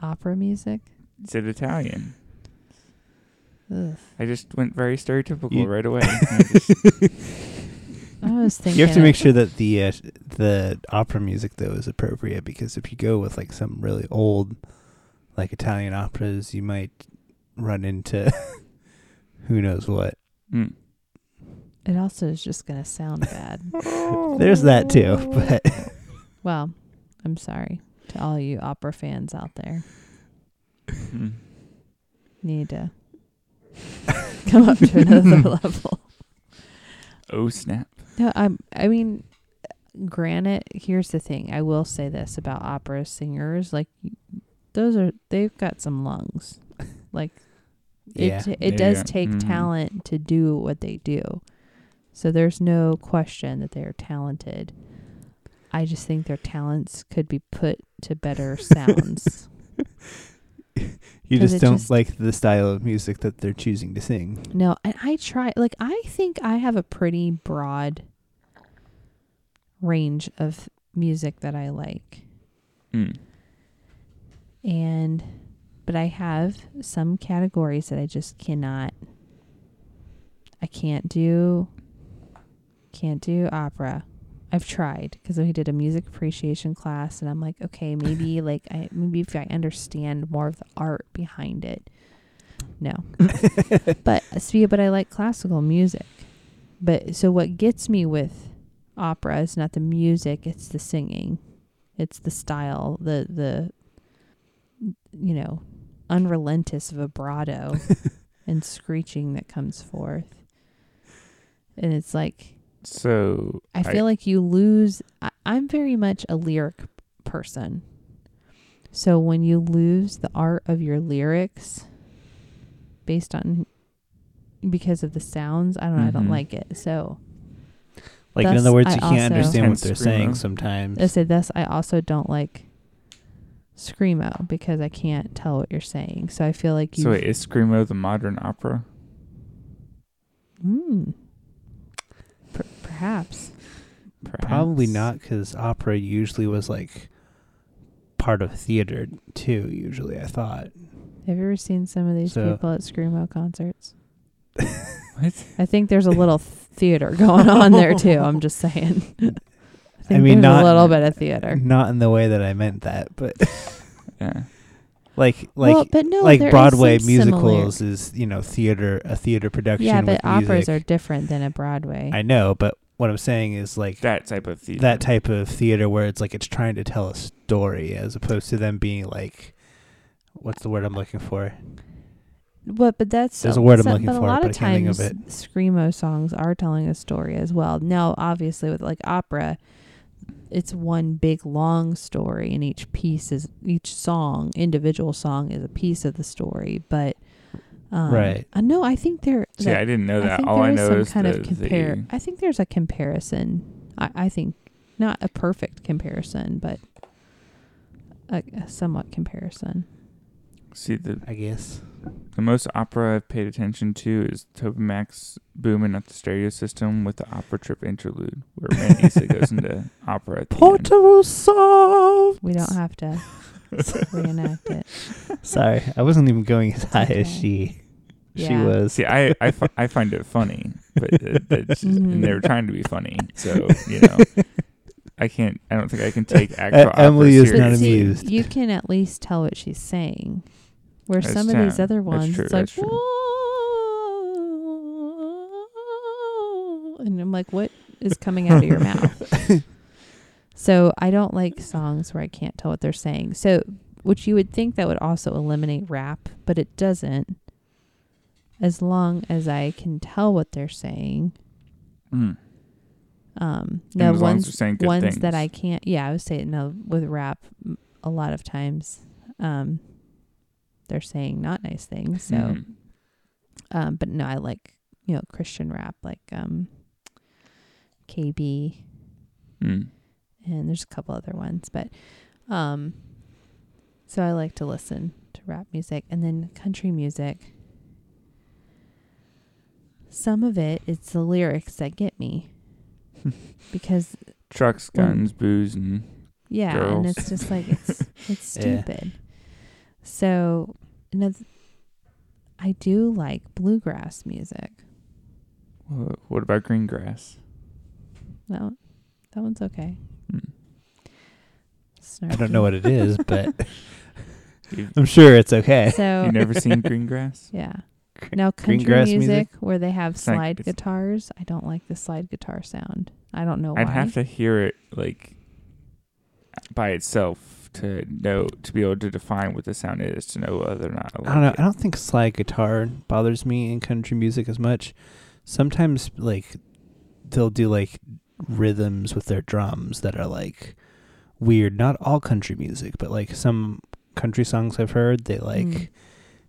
Speaker 1: opera music.
Speaker 3: opera music.
Speaker 1: It's in Italian.
Speaker 3: Ugh.
Speaker 1: I just went very stereotypical
Speaker 2: You-
Speaker 1: right away. Mm-hmm. I just-
Speaker 3: I was thinking
Speaker 2: You have to make
Speaker 3: of-
Speaker 2: sure that the uh, the opera music though is appropriate because if you go with like some really old like Italian operas, you might run into who knows what.
Speaker 1: Mm.
Speaker 3: it also is just going to sound bad.
Speaker 1: Oh.
Speaker 2: There's that too, but
Speaker 3: well, I'm sorry to all you opera fans out there.
Speaker 1: Mm.
Speaker 3: Need to come up to another level.
Speaker 1: Oh snap!
Speaker 3: No, I'm, I mean, granted, here's the thing. I will say this about opera singers. Like, those are, they've got some lungs. Like, it,
Speaker 2: yeah,
Speaker 3: t-
Speaker 1: Yeah.
Speaker 3: it does take
Speaker 1: Mhm.
Speaker 3: talent to do what they do. So there's no question that they are talented. I just think their talents could be put to better sounds.
Speaker 2: you
Speaker 3: 'Cause
Speaker 2: just
Speaker 3: it
Speaker 2: don't
Speaker 3: just-
Speaker 2: like the style of music that they're choosing to sing.
Speaker 3: no, and I try, like, I think I have a pretty broad range of music that I like.
Speaker 1: Mm.
Speaker 3: and but I have some categories that I just cannot I can't do can't do opera. I've tried because we did a music appreciation class and I'm like, okay, maybe like I maybe if I understand more of the art behind it. No. but see, but I like classical music. But so what gets me with opera is not the music, it's the singing. It's the style, the the you know, unrelentless vibrato and screeching that comes forth. And it's like,
Speaker 1: So
Speaker 3: I feel like you lose. I, I'm very much a lyric person. So when you lose the art of your lyrics based on because of the sounds, I don't know, I don't
Speaker 1: Mhm.
Speaker 3: like it. So
Speaker 2: Like in
Speaker 3: Thus,
Speaker 2: other words,
Speaker 3: I
Speaker 2: you
Speaker 3: also-
Speaker 2: can't understand what
Speaker 1: And
Speaker 2: they're
Speaker 1: screamo.
Speaker 2: saying sometimes.
Speaker 3: I said thus I also don't like screamo because I can't tell what you're saying. So I feel like you
Speaker 1: so. Wait, is Screamo the modern opera?
Speaker 3: Hmm. Per- perhaps.
Speaker 1: Perhaps?
Speaker 2: Probably not because opera usually was like part of theater too. Usually, I thought.
Speaker 3: Have you ever seen some of these
Speaker 2: So-
Speaker 3: people at screamo concerts?
Speaker 1: What?
Speaker 3: I think there's a little theater going on there too. I'm just saying. I, think
Speaker 2: mean,
Speaker 3: there's
Speaker 2: not-
Speaker 3: a little bit of theater.
Speaker 2: Not in the way that I meant that, but
Speaker 1: Yeah.
Speaker 2: like like
Speaker 3: well, but no, there
Speaker 2: like
Speaker 3: is
Speaker 2: Broadway
Speaker 3: some
Speaker 2: musicals is you know theater a theater
Speaker 3: similar-
Speaker 2: production.
Speaker 3: Yeah, but
Speaker 2: with
Speaker 3: operas are
Speaker 2: music.
Speaker 3: different than a Broadway.
Speaker 2: I know, but what I'm saying is like that,
Speaker 1: That type of theater.
Speaker 2: type of theater where it's like it's trying to tell a story as opposed to them being like What's the word I'm looking for?
Speaker 3: What? But that's
Speaker 2: There's a word I'm
Speaker 3: so-
Speaker 2: looking
Speaker 3: but
Speaker 2: for,
Speaker 3: A lot
Speaker 2: but
Speaker 3: of
Speaker 2: I can't think of
Speaker 3: times, screamo songs are telling a story as well. Now, obviously, with like opera, it's one big long story, and each piece is each song, individual song, is a piece of the story. But um,
Speaker 2: Right.
Speaker 3: I know. I think there.
Speaker 1: See,
Speaker 3: that-
Speaker 1: I didn't know
Speaker 3: I
Speaker 1: that.
Speaker 3: think
Speaker 1: All
Speaker 3: there
Speaker 1: I
Speaker 3: is
Speaker 1: know
Speaker 3: some
Speaker 1: is
Speaker 3: kind
Speaker 1: the,
Speaker 3: of compare. I think there's a comparison. I, I think not a perfect comparison, but a, a somewhat comparison.
Speaker 1: the see the
Speaker 2: I guess.
Speaker 1: The most opera I've paid attention to is Topamac's Boomin' at the Stereo System with the opera trip interlude, where Van Issa goes into opera. At the end.
Speaker 2: Soft.
Speaker 3: We don't have to reenact it.
Speaker 2: Sorry, I wasn't even going as high as
Speaker 3: okay.
Speaker 2: she. She
Speaker 3: Yeah.
Speaker 2: was.
Speaker 1: See, I, I, fi- I find it funny, but uh, that's- and
Speaker 2: Mm-hmm.
Speaker 1: they were trying to be funny, so you know, I can't. I don't think I can take actual opera
Speaker 2: E-, Emily is
Speaker 1: seriously.
Speaker 2: not amused.
Speaker 3: You can at least tell what she's saying. Where
Speaker 1: That's
Speaker 3: some of these
Speaker 1: true.
Speaker 3: other
Speaker 1: That's
Speaker 3: ones,
Speaker 1: true,
Speaker 3: it's like,
Speaker 1: that's true.
Speaker 3: "Whoa." and I'm like, what is coming out of your mouth? So I don't like songs where I can't tell what they're saying. So, which you would think that would also eliminate rap, but it doesn't. As long as I can tell what they're saying.
Speaker 1: Mm.
Speaker 3: Um,
Speaker 1: And
Speaker 3: now
Speaker 1: as long as
Speaker 3: ones-
Speaker 1: they're saying good
Speaker 3: ones
Speaker 1: things.
Speaker 3: that I can't. Yeah, I would say no with rap. m- A lot of times, um, they're saying not nice things. So,
Speaker 1: Mhm.
Speaker 3: um, but no, I like you know Christian rap like um, KB
Speaker 1: Mm.
Speaker 3: and there's a couple other ones, but um, so I like to listen to rap music and then country music. Some of it, it's the lyrics that get me because
Speaker 1: trucks,
Speaker 3: Mm.
Speaker 1: guns, booze, and
Speaker 3: Yeah, and
Speaker 1: girls.
Speaker 3: it's just like it's it's
Speaker 2: Yeah.
Speaker 3: stupid. So, and it's, I do like bluegrass music.
Speaker 1: wha- what about green grass?
Speaker 3: That one, that one's okay.
Speaker 1: Mm.
Speaker 2: I don't know what it is, but
Speaker 1: You've,
Speaker 2: I'm sure it's okay.
Speaker 3: So
Speaker 1: you've never seen green grass?
Speaker 3: Oh. yeah. Now
Speaker 2: green
Speaker 3: country
Speaker 2: grass
Speaker 3: music,
Speaker 2: music?
Speaker 3: where they have
Speaker 1: It's like-
Speaker 3: slide
Speaker 1: it's-
Speaker 3: guitars, I don't like the slide guitar sound. I don't know
Speaker 1: I'd
Speaker 3: why.
Speaker 1: have to hear it like by itself to know to be able to define what the sound is to know whether or not.
Speaker 2: I don't know. I don't think slide guitar bothers me in country music as much. Sometimes, like, they'll do like rhythms with their drums that are like weird. Not all country music, but like some country songs I've heard, they like
Speaker 3: Mm.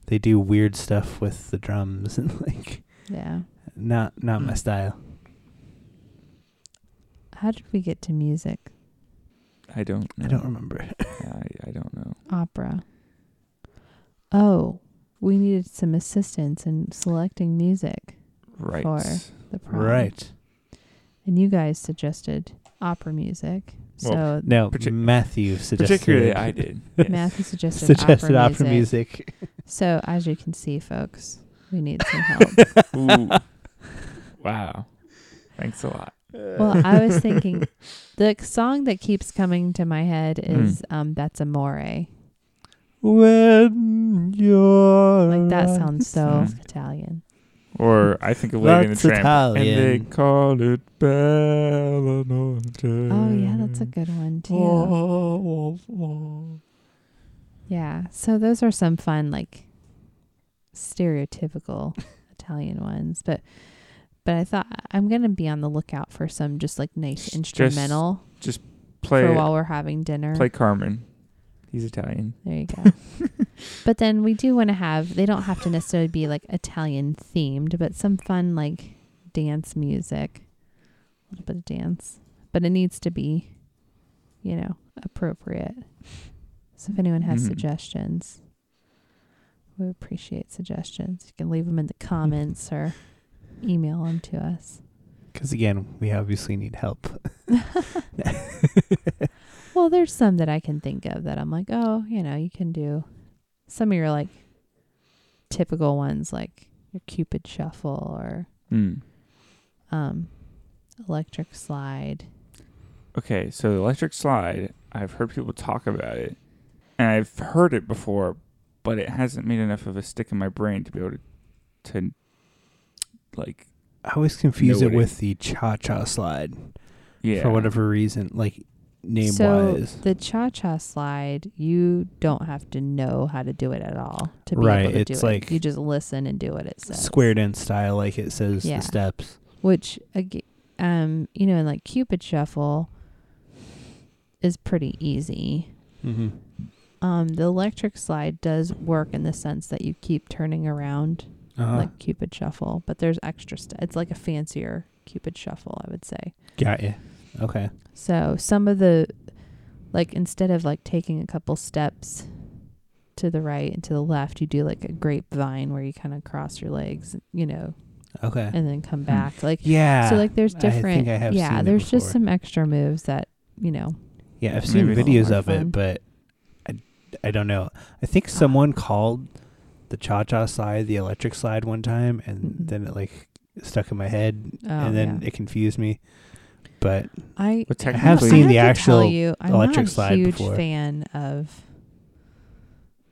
Speaker 2: they do weird stuff with the drums and like
Speaker 3: Yeah.
Speaker 2: not not my
Speaker 1: Mm.
Speaker 2: style.
Speaker 3: How did we get to music?
Speaker 1: I don't. Know.
Speaker 2: I don't remember.
Speaker 1: I, I don't know.
Speaker 3: Opera. Oh, we needed some assistance in selecting music.
Speaker 1: Right.
Speaker 3: Four. The prom.
Speaker 2: right.
Speaker 3: and you guys suggested opera music.
Speaker 1: Well,
Speaker 3: So
Speaker 2: No,
Speaker 1: Partic-
Speaker 2: Matthew suggested
Speaker 1: Particularly, I did. Yes.
Speaker 3: Matthew suggested,
Speaker 2: suggested
Speaker 3: opera,
Speaker 2: opera
Speaker 3: music.
Speaker 2: music.
Speaker 3: So as you can see, folks, we need some help.
Speaker 1: Ooh. Wow. Thanks a lot.
Speaker 3: well, I was thinking the song that keeps coming to my head is um, "That's Amore."
Speaker 2: When you're
Speaker 3: Like that sounds so
Speaker 1: Mm.
Speaker 3: Italian.
Speaker 1: Or I think of Lady in the
Speaker 2: That's
Speaker 1: Tramp, and
Speaker 2: Italian.
Speaker 1: they call it Bella Notte.
Speaker 3: Oh yeah, that's a good one too. Yeah. So those are some fun, like stereotypical Italian ones, but. But I thought I'm gonna be on the lookout for some just like nice
Speaker 1: Just-
Speaker 3: instrumental for
Speaker 1: play.
Speaker 3: while we're having dinner.
Speaker 1: Play Carmen. He's Italian.
Speaker 3: There you go. but then we do want to have, they don't have to necessarily be like Italian themed, but some fun like dance music, a little bit of dance, but it needs to be, you know, appropriate. So if anyone has
Speaker 1: Mhm.
Speaker 3: suggestions, we appreciate suggestions. You can leave them in the comments or email them to us.
Speaker 2: Because again, we obviously need help.
Speaker 3: Well, there's some that I can think of that I'm like, oh, you know, you can do some of your like typical ones, like your Cupid Shuffle or
Speaker 1: Mm.
Speaker 3: um, Electric Slide.
Speaker 1: Okay, so the electric slide, I've heard people talk about it, and I've heard it before, but it hasn't made enough of a stick in my brain to be able to, to like,
Speaker 2: I always confuse
Speaker 1: Know
Speaker 2: it
Speaker 1: what it-
Speaker 2: with the cha cha slide
Speaker 1: yeah,
Speaker 2: for whatever reason. Like name
Speaker 3: So
Speaker 2: wise.
Speaker 3: the cha cha slide, you don't have to know how to do it at all to be
Speaker 2: Right,
Speaker 3: able to do
Speaker 2: it's
Speaker 3: it.
Speaker 2: like
Speaker 3: you just listen and do what it says.
Speaker 2: Squared in style, like it says
Speaker 3: Yeah.
Speaker 2: the steps.
Speaker 3: Which, ag- um, you know, in like Cupid Shuffle is pretty easy.
Speaker 2: Mm-hmm.
Speaker 3: Um, the electric slide does work in the sense that you keep turning around
Speaker 2: Uh-huh.
Speaker 3: like Cupid Shuffle, but there's extra stuff. It's like a fancier Cupid Shuffle, I would say.
Speaker 2: Got you. Okay.
Speaker 3: So some of the, like instead of like taking a couple steps to the right and to the left, you do like a grapevine where you kind of cross your legs, you know,
Speaker 2: Okay.
Speaker 3: and then come back. Like
Speaker 2: Uh, hmm. yeah.
Speaker 3: so, like there's
Speaker 2: I think
Speaker 3: different.
Speaker 2: I have
Speaker 3: yeah,
Speaker 2: seen it
Speaker 3: there's just
Speaker 2: before.
Speaker 3: some extra moves that you know.
Speaker 2: Yeah, I've seen
Speaker 1: Maybe it's a
Speaker 2: videos
Speaker 3: little
Speaker 2: of
Speaker 3: more fun.
Speaker 2: it, but I, I don't know. I think
Speaker 3: Uh-huh.
Speaker 2: someone called the cha cha slide the electric slide one time, and
Speaker 3: Mhm.
Speaker 2: then it like stuck in my head,
Speaker 3: Oh,
Speaker 2: and then
Speaker 3: yeah.
Speaker 2: it confused me. But
Speaker 3: I
Speaker 1: But
Speaker 3: I
Speaker 1: technically,
Speaker 2: have
Speaker 3: don't-
Speaker 2: seen
Speaker 3: I
Speaker 2: the
Speaker 3: have to tell
Speaker 2: actual
Speaker 3: you, I'm
Speaker 2: electric
Speaker 3: not a
Speaker 2: slide
Speaker 3: huge
Speaker 2: before.
Speaker 3: fan of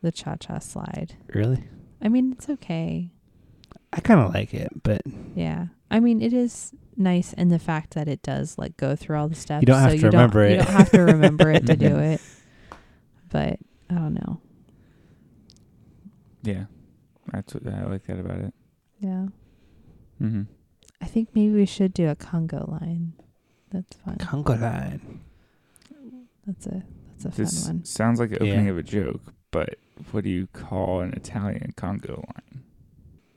Speaker 3: the cha cha slide.
Speaker 2: really,
Speaker 3: I mean, it's okay.
Speaker 2: I kind of like it, but
Speaker 3: Mm. Yeah. I mean, it is nice in the fact that it does like go through all the steps.
Speaker 2: don't have
Speaker 3: so
Speaker 2: to
Speaker 3: you
Speaker 2: remember
Speaker 3: don't,
Speaker 2: it.
Speaker 3: You don't have to remember it to do it. But I don't know.
Speaker 1: yeah, that's what I like that about it.
Speaker 3: Yeah.
Speaker 1: Mm-hmm.
Speaker 3: I think maybe we should do a Congo line. That's fun.
Speaker 2: Congo line.
Speaker 3: That's a that's a
Speaker 1: This
Speaker 3: fun one.
Speaker 1: sounds like the
Speaker 2: Yeah.
Speaker 1: opening of a joke, but what do you call an Italian Congo line?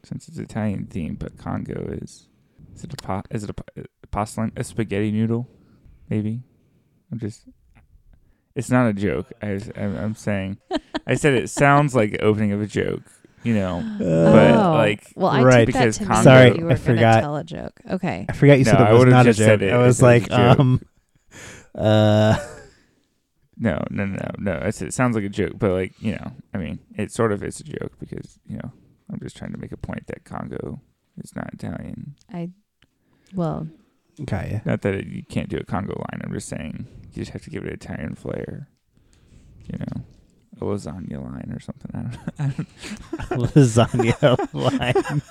Speaker 1: Since it's Italian themed, but Congo is is it a pot? Is it a, po- a pasta line? A spaghetti noodle? Maybe. I'm just. It's not a joke. I was, I'm, I'm saying. I said it sounds like the opening of a joke. You know, but
Speaker 3: oh,
Speaker 1: like
Speaker 3: well, I
Speaker 2: Uh, right,
Speaker 3: took that
Speaker 1: because
Speaker 3: to mean
Speaker 1: Congo-
Speaker 2: Sorry,
Speaker 3: that you
Speaker 2: I
Speaker 3: were gonna
Speaker 2: forgot.
Speaker 3: tell a joke. Okay,
Speaker 2: I forgot you
Speaker 1: No, I
Speaker 2: said it was
Speaker 1: would've
Speaker 2: not a
Speaker 1: just said
Speaker 2: joke.
Speaker 1: it
Speaker 2: I
Speaker 1: if
Speaker 2: was
Speaker 1: it was a
Speaker 2: like,
Speaker 1: joke.
Speaker 2: um, uh,
Speaker 1: No, no, no, no. It's, it sounds like a joke, but like you know, I mean, it sort of is a joke because you know, I'm just trying to make a point that Congo is not Italian.
Speaker 3: I well,
Speaker 2: got you.
Speaker 1: Not that it, you can't do a Congo line. I'm just saying you just have to give it Italian flair. You know, a lasagna line or something. I don't know.
Speaker 2: Lasagna line.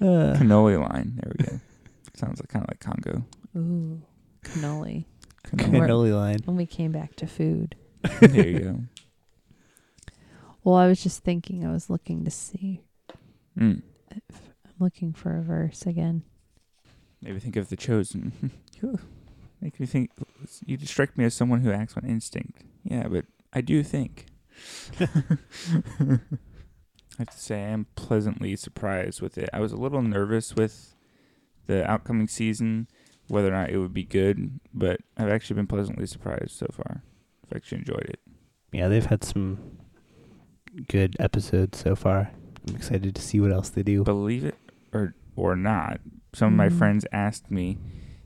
Speaker 2: Uh,
Speaker 1: Cannoli line. There we go. Sounds like, kind of like Congo.
Speaker 3: ooh, cannoli.
Speaker 1: Cannoli.
Speaker 2: cannoli line.
Speaker 3: When we came back to food,
Speaker 1: there you go.
Speaker 3: well, I was just thinking. I was looking to see.
Speaker 1: Mm.
Speaker 3: I'm looking for a verse again.
Speaker 1: Maybe think of the chosen. You Make me think. You strike me as someone who acts on instinct. Yeah, but I do think. I have to say, I am pleasantly surprised with it. I was a little nervous with the outcoming season, whether or not it would be good, but I've actually been pleasantly surprised so far. I've actually enjoyed it.
Speaker 2: Yeah, they've had some good episodes so far. I'm excited to see what else they do.
Speaker 1: believe it or or not, some of
Speaker 3: Mhm.
Speaker 1: my friends asked me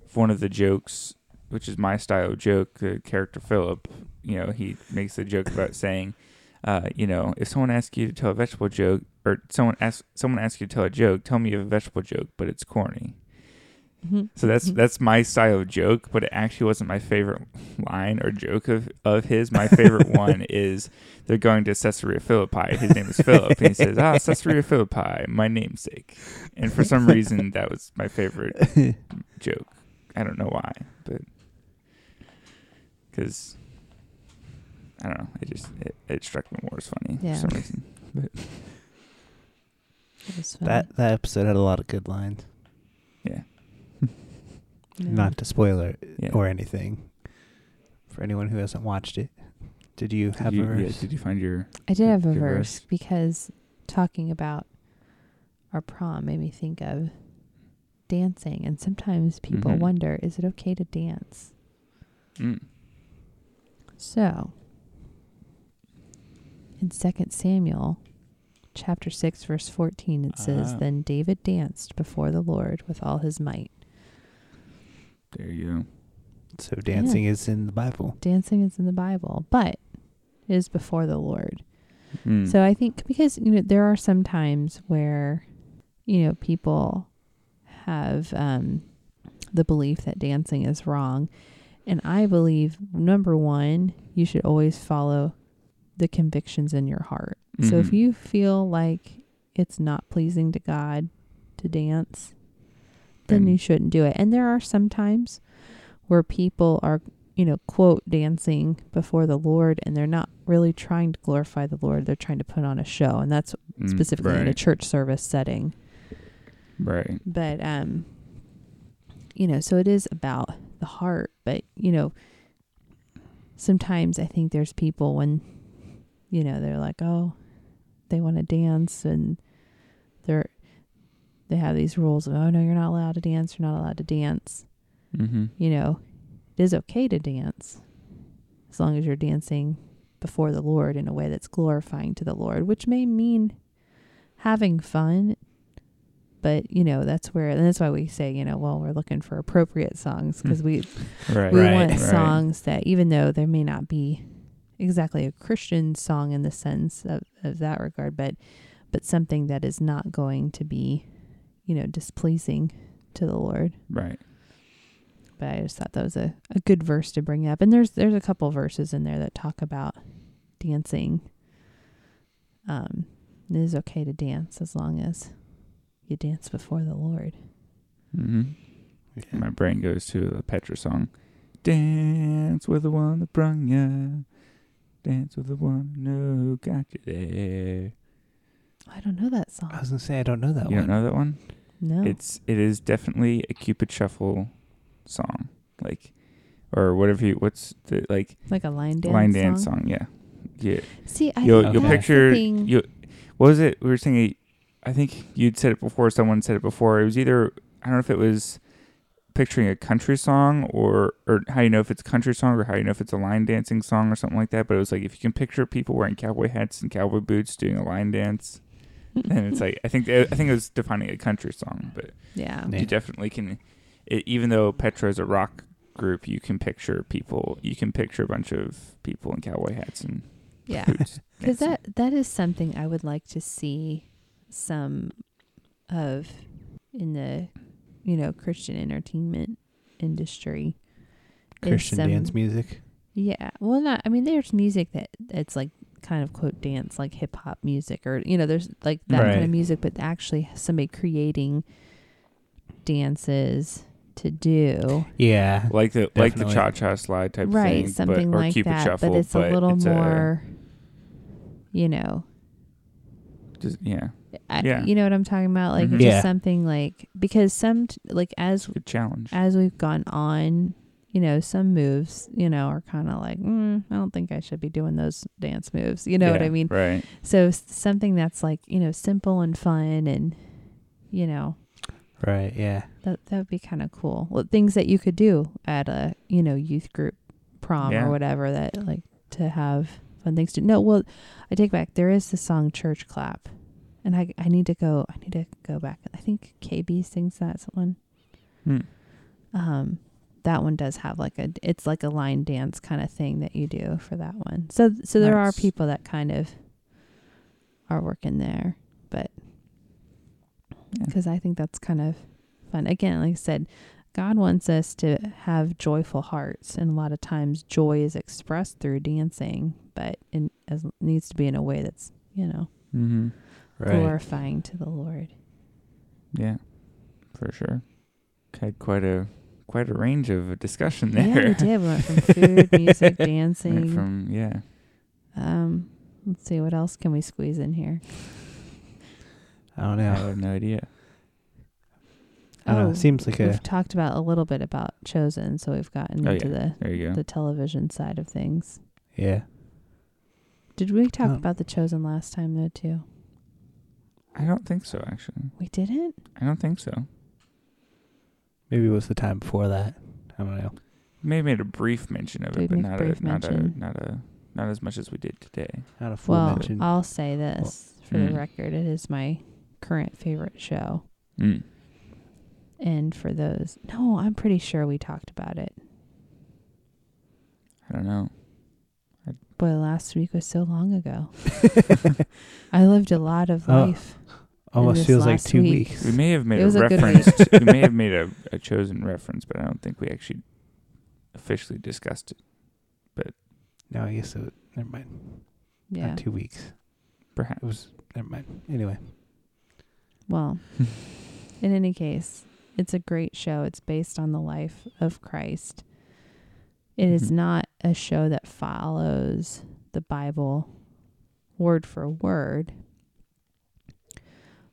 Speaker 1: if one of the jokes, which is my style of joke, the character Philip, you know, he makes a joke about saying, uh, you know, if someone asks you to tell a vegetable joke, or someone asks someone asks you to tell a joke, tell me a vegetable joke, but it's corny. So that's
Speaker 3: Mm-hmm.
Speaker 1: that's my style of joke, but it actually wasn't my favorite line or joke of, of his. My favorite one is they're going to Caesarea Philippi. His name is Philip, and he says, "Ah, Caesarea Philippi, my namesake." And for some reason, that was my favorite joke. I don't know why, but because I don't know, it just it, it struck me more as funny
Speaker 3: Yeah.
Speaker 1: for some reason.
Speaker 3: It was fun.
Speaker 2: that that episode had a lot of good lines.
Speaker 3: Yeah.
Speaker 2: Not to spoiler
Speaker 1: Yeah.
Speaker 2: or anything for anyone who hasn't watched it. Did you
Speaker 1: Did
Speaker 2: have
Speaker 1: you,
Speaker 2: a
Speaker 1: yeah,
Speaker 2: verse?
Speaker 1: did you find your?
Speaker 3: I did have a
Speaker 1: Your
Speaker 3: verse
Speaker 1: verse.
Speaker 3: because talking about our prom made me think of dancing, and sometimes people
Speaker 1: Mhm.
Speaker 3: wonder, is it okay to dance?
Speaker 1: Mm,
Speaker 3: So, in Second Samuel, chapter six, verse fourteen, it says,
Speaker 1: Ah.
Speaker 3: "Then David danced before the Lord with all his might."
Speaker 1: there you go.
Speaker 2: so dancing is in the Bible.
Speaker 3: Dancing is in the Bible, but it is before the Lord.
Speaker 1: Mm.
Speaker 3: So I think because you know there are some times where you know people have um, the belief that dancing is wrong, and I believe number one you should always follow the convictions in your heart. So if
Speaker 1: Mhm.
Speaker 3: you feel like it's not pleasing to God to dance, then
Speaker 1: and-
Speaker 3: you shouldn't do it. And there are some times where people are, you know, quote dancing before the Lord and they're not really trying to glorify the Lord. They're trying to put on a show. And that's
Speaker 1: Mm,
Speaker 3: specifically in a
Speaker 1: right,
Speaker 3: church service setting.
Speaker 1: right.
Speaker 3: But, um, you know, so it is about the heart. But, you know, sometimes I think there's people when, you know, they're like, oh, they want to dance and they're, they have these rules of, oh, no, you're not allowed to dance. You're not allowed to dance
Speaker 1: Mm-hmm.
Speaker 3: you know, it is okay to dance as long as you're dancing before the Lord in a way that's glorifying to the Lord, which may mean having fun. But, you know, that's where, and that's why we say, you know, well, we're looking for appropriate songs because we,
Speaker 1: Hmm. Right.
Speaker 3: we
Speaker 2: Right.
Speaker 3: want
Speaker 1: Right.
Speaker 3: songs that, even though there may not be exactly a Christian song in the sense of, of that regard, but, but something that is not going to be, you know, displeasing to the Lord
Speaker 1: Right.
Speaker 3: but I just thought that was a, a good verse to bring up. And there's there's a couple verses in there that talk about dancing. Um, it is okay to dance as long as you dance before the Lord.
Speaker 1: Mm-hmm. My brain goes to the Petra song. Dance with the one that brung ya. Dance with the one who got you there.
Speaker 3: I don't know that
Speaker 2: I
Speaker 3: song.
Speaker 2: was gonna say I don't know that
Speaker 1: you don't
Speaker 2: one.
Speaker 1: know that one?
Speaker 3: No,
Speaker 1: It's it is definitely a Cupid shuffle song, like or whatever you what's the like
Speaker 3: like a line dance.
Speaker 1: line
Speaker 3: song.
Speaker 1: dance song. Yeah, yeah.
Speaker 3: See, I
Speaker 1: You'll
Speaker 3: think
Speaker 1: you'll
Speaker 3: that's the
Speaker 1: picture
Speaker 3: thing.
Speaker 1: you. What was it we were saying? I think you'd said it before. Someone said it before. It was either I don't know if it was picturing a country song or or how you know if it's a country song or how you know if it's a line dancing song or something like that. But it was like if you can picture people wearing cowboy hats and cowboy boots doing a line dance, then it's like I think I think it was defining a country song, but
Speaker 3: yeah.
Speaker 2: Yeah.
Speaker 1: you definitely can it, even though petra is a rock group you can picture people you can picture a bunch of people in cowboy hats and
Speaker 3: Yeah.
Speaker 1: boots
Speaker 3: Because
Speaker 1: dancing.
Speaker 3: that that is something I would like to see some of in the you know Christian entertainment industry. is
Speaker 2: Christian
Speaker 3: some-
Speaker 2: dance music.
Speaker 3: Yeah. Well, not. I mean, there's music that that's like kind of quote dance, like hip hop music, or you know, there's like that kind
Speaker 2: Right.
Speaker 3: of music, but actually somebody creating dances to do
Speaker 2: Yeah.
Speaker 1: like the like the
Speaker 2: Definitely.
Speaker 1: cha-cha slide type
Speaker 3: right
Speaker 1: thing but-
Speaker 3: something
Speaker 1: or
Speaker 3: like
Speaker 1: cupid
Speaker 3: that
Speaker 1: shuffle
Speaker 3: but it's a little
Speaker 1: it's
Speaker 3: more you know
Speaker 1: just, yeah
Speaker 3: I,
Speaker 1: Yeah.
Speaker 3: you know what I'm talking about? Like
Speaker 1: Mhm.
Speaker 3: it's
Speaker 2: Yeah.
Speaker 3: just something like because some t- like as
Speaker 1: good challenge
Speaker 3: as we've gone on, you know, some moves you know are kind of like mm, I don't think I should be doing those dance moves. You know what
Speaker 1: Yeah,
Speaker 3: I mean?
Speaker 1: right
Speaker 3: So s- something that's like you know simple and fun and you know
Speaker 2: Right. Yeah.
Speaker 3: that that would be kind of cool. Well, things that you could do at a you know youth group prom
Speaker 1: Yeah.
Speaker 3: or whatever that like to have fun things to. No, well, I take back. There is the song "Church Clap," and I I need to go. I need to go back. I think KB sings that one.
Speaker 1: Hmm.
Speaker 3: Um, that one does have like a it's like a line dance kind of thing that you do for that one. So so there
Speaker 1: Nice.
Speaker 3: are people that kind of are working there, but
Speaker 1: Yeah.
Speaker 3: because I think that's kind of fun. Again, like I said, God wants us to have joyful hearts, and a lot of times joy is expressed through dancing, but in as needs to be in a way that's you know
Speaker 1: mm-hmm.
Speaker 2: Right.
Speaker 3: glorifying to the Lord.
Speaker 1: yeah for sure had quite a quite a range of discussion there
Speaker 3: Yeah, we did. We went from food, music, dancing.
Speaker 1: Went from yeah
Speaker 3: um, let's see what else can we squeeze in here.
Speaker 2: I don't
Speaker 1: i
Speaker 2: know.
Speaker 1: have no idea
Speaker 2: I don't know.
Speaker 3: Oh,
Speaker 2: Seems like a
Speaker 3: We've talked about a little bit about chosen, so we've gotten
Speaker 1: Oh,
Speaker 3: into
Speaker 1: there you
Speaker 3: the
Speaker 1: go
Speaker 3: the television side of things.
Speaker 2: yeah.
Speaker 3: Did we talk
Speaker 2: Um,
Speaker 3: about the chosen last time though too?
Speaker 1: i don't think so actually
Speaker 3: We didn't.
Speaker 1: i don't think so
Speaker 2: Maybe it was the time before that. I don't know.
Speaker 1: Maybe made a brief mention of it,
Speaker 3: Did
Speaker 1: but
Speaker 3: make
Speaker 1: not
Speaker 3: brief
Speaker 1: a, not a
Speaker 3: mention.
Speaker 1: not a not as much as we did today.
Speaker 2: Not a full
Speaker 3: Well, uh,
Speaker 2: mention.
Speaker 3: I'll say this for
Speaker 1: Mm.
Speaker 3: the record: it is my current favorite show,
Speaker 1: Mm.
Speaker 3: and for those, no, I'm pretty sure we talked about it.
Speaker 1: I don't know.
Speaker 3: Boy, last week was so long ago. I lived a lot of
Speaker 2: Oh,
Speaker 3: life.
Speaker 2: Almost
Speaker 3: this
Speaker 2: feels like
Speaker 3: last
Speaker 2: two
Speaker 3: week-
Speaker 2: weeks.
Speaker 1: We may have made a
Speaker 3: It was a good
Speaker 1: reference. to- we may have made a, a chosen reference, but I don't think we actually officially discussed it.
Speaker 2: No, I guess it. Never mind.
Speaker 3: Yeah.
Speaker 2: Not two weeks.
Speaker 1: Perhaps
Speaker 2: It was. Never mind. Anyway.
Speaker 3: Well, in any case, it's a great show. It's based on the life of Christ. It is
Speaker 1: Mhm.
Speaker 3: not a show that follows the Bible word for word,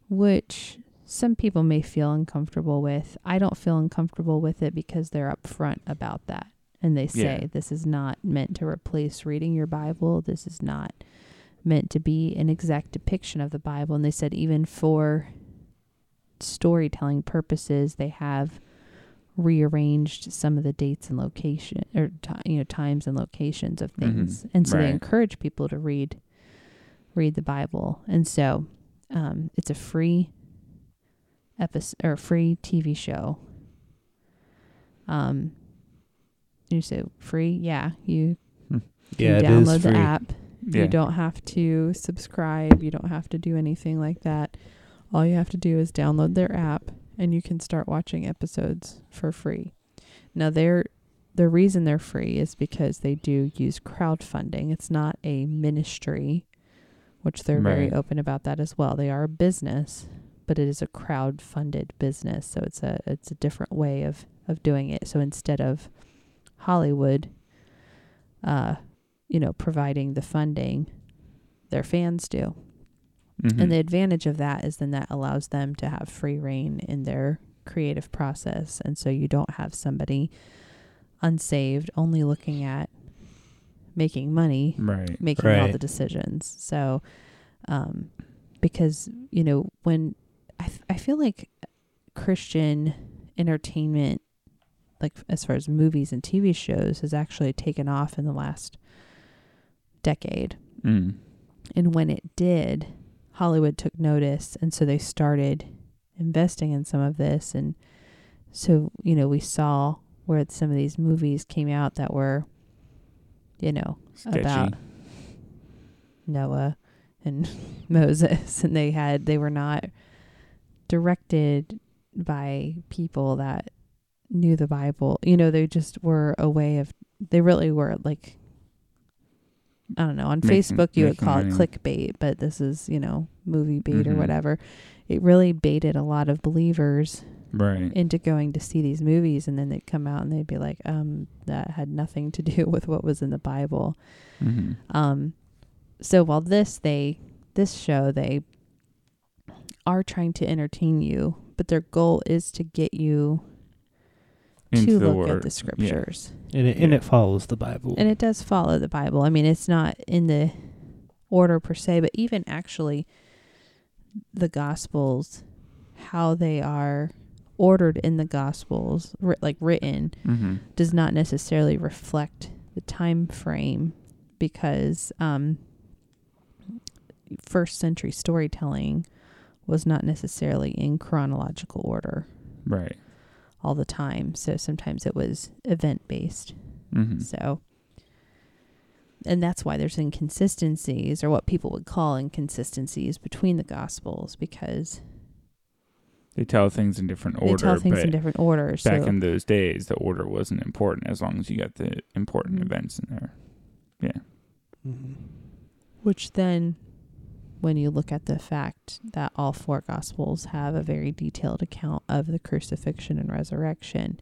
Speaker 3: which some people may feel uncomfortable with. I don't feel uncomfortable with it because they're upfront about that. And they say
Speaker 1: Yeah.
Speaker 3: this is not meant to replace reading your Bible. This is not meant to be an exact depiction of the Bible. And they said, even for storytelling purposes, they have rearranged some of the dates and location or ti you know times and locations
Speaker 2: Mm-hmm.
Speaker 3: of things and so they
Speaker 1: Right.
Speaker 3: encourage people to read read the bible and so um, it's a free episode or free tv show um you say free yeah you,
Speaker 2: Yeah,
Speaker 3: you
Speaker 2: it
Speaker 3: download
Speaker 2: is
Speaker 3: the
Speaker 2: free.
Speaker 3: app
Speaker 1: Yeah.
Speaker 3: you don't have to subscribe. You don't have to do anything like that. All you have to do is download their app and you can start watching episodes for free. Now they're the reason they're free is because they do use crowdfunding. It's not a ministry, which they're very
Speaker 1: Right.
Speaker 3: open about that as well. They are a business, but it is a crowd-funded business, so it's a it's a different way of of doing it. So instead of Hollywood uh you know, providing the funding, their fans do.
Speaker 1: Mhm.
Speaker 3: And the advantage of that is then that allows them to have free reign in their creative process. And so you don't have somebody unsaved only looking at making money,
Speaker 1: right.
Speaker 3: making all
Speaker 2: Right.
Speaker 3: the decisions. So, um, because, you know, when I, f- I feel like Christian entertainment, like as far as movies and TV shows, has actually taken off in the last decade.
Speaker 1: Mm.
Speaker 3: And when it did, Hollywood took notice. And so they started investing in some of this. And so, you know, we saw where some of these movies came out that were, you know,
Speaker 1: Sketchy.
Speaker 3: about Noah and Moses. And they had, they were not directed by people that knew the Bible. You know, they just were a way of, they really were like, I don't know. On
Speaker 1: Making-
Speaker 3: Facebook, you would
Speaker 1: making
Speaker 3: call it
Speaker 1: money.
Speaker 3: clickbait, but this is, you know, movie bait or
Speaker 1: Mhm.
Speaker 3: whatever. It really baited a lot of believers
Speaker 1: right.
Speaker 3: into going to see these movies. And then they'd come out and they'd be like, um, that had nothing to do with what was in the Bible.
Speaker 1: hmm
Speaker 3: Um, so while this they this show they are trying to entertain you, but their goal is to get you to
Speaker 1: Into the
Speaker 3: look
Speaker 1: word.
Speaker 3: at the scriptures,
Speaker 2: and it, and
Speaker 1: Yeah.
Speaker 2: it follows the Bible.
Speaker 3: and it does follow the Bible. I mean, it's not in the order per se, but even actually, the Gospels, how they are ordered in the Gospels, writ like written,
Speaker 1: hmm
Speaker 3: does not necessarily reflect the time frame because um, first century storytelling was not necessarily in chronological order
Speaker 1: Right.
Speaker 3: all the time. So sometimes it was event based.
Speaker 1: hmm
Speaker 3: So, and that's why there's inconsistencies or what people would call inconsistencies between the gospels because
Speaker 1: They tell things in different order.
Speaker 3: they tell things
Speaker 1: but
Speaker 3: in different orders.
Speaker 1: back
Speaker 3: So,
Speaker 1: in those days, the order wasn't important as long as you got the important
Speaker 3: Mhm.
Speaker 1: events in there.
Speaker 2: Mhm.
Speaker 3: Which then, when you look at the fact that all four Gospels have a very detailed account of the crucifixion and resurrection,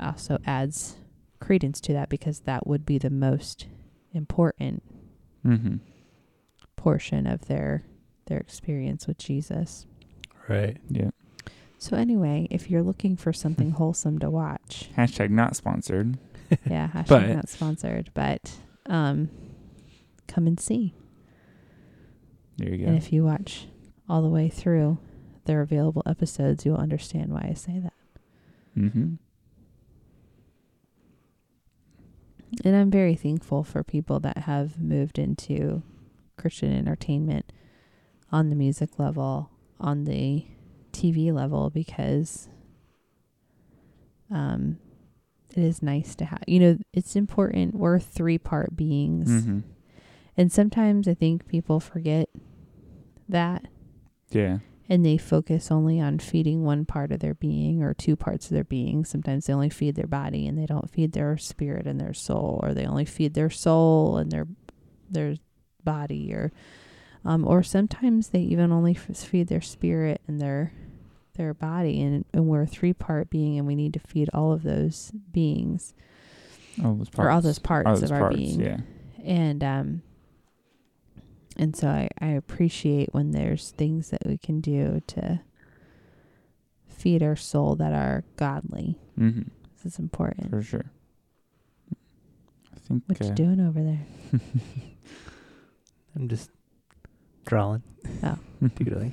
Speaker 3: also adds credence to that because that would be the most important
Speaker 1: Mm-hmm.
Speaker 3: portion of their their experience with Jesus.
Speaker 2: Right.
Speaker 1: Yeah.
Speaker 3: So anyway, if you're looking for something wholesome to watch,
Speaker 1: Hashtag not sponsored.
Speaker 3: yeah, hashtag
Speaker 1: But-
Speaker 3: not sponsored, but um, come and see.
Speaker 1: There you go.
Speaker 3: And if you watch all the way through their available episodes, you'll understand why I say that.
Speaker 1: mm-hmm.
Speaker 3: And I'm very thankful for people that have moved into Christian entertainment on the music level, on the TV level, because um, it is nice to have, you know, it's important. We're three part beings.
Speaker 1: Mm-hmm.
Speaker 3: And sometimes I think people forget that
Speaker 1: Yeah.
Speaker 3: and they focus only on feeding one part of their being or two parts of their being. Sometimes they only feed their body and they don't feed their spirit and their soul, or they only feed their soul and their their body, or um, or sometimes they even only f- feed their spirit and their their body, and, and we're a three part being, and we need to feed all of those beings
Speaker 1: All those parts.
Speaker 3: or all those parts
Speaker 1: All
Speaker 3: of
Speaker 1: those
Speaker 3: our
Speaker 1: parts,
Speaker 3: being.
Speaker 1: Yeah.
Speaker 3: And um, and so I, I appreciate when there's things that we can do to feed our soul that are godly.
Speaker 1: hmm
Speaker 3: This is important.
Speaker 1: For sure. I think.
Speaker 3: What
Speaker 1: uh,
Speaker 3: you doing over there?
Speaker 2: I'm just drawing.
Speaker 3: Oh.
Speaker 2: Doodling.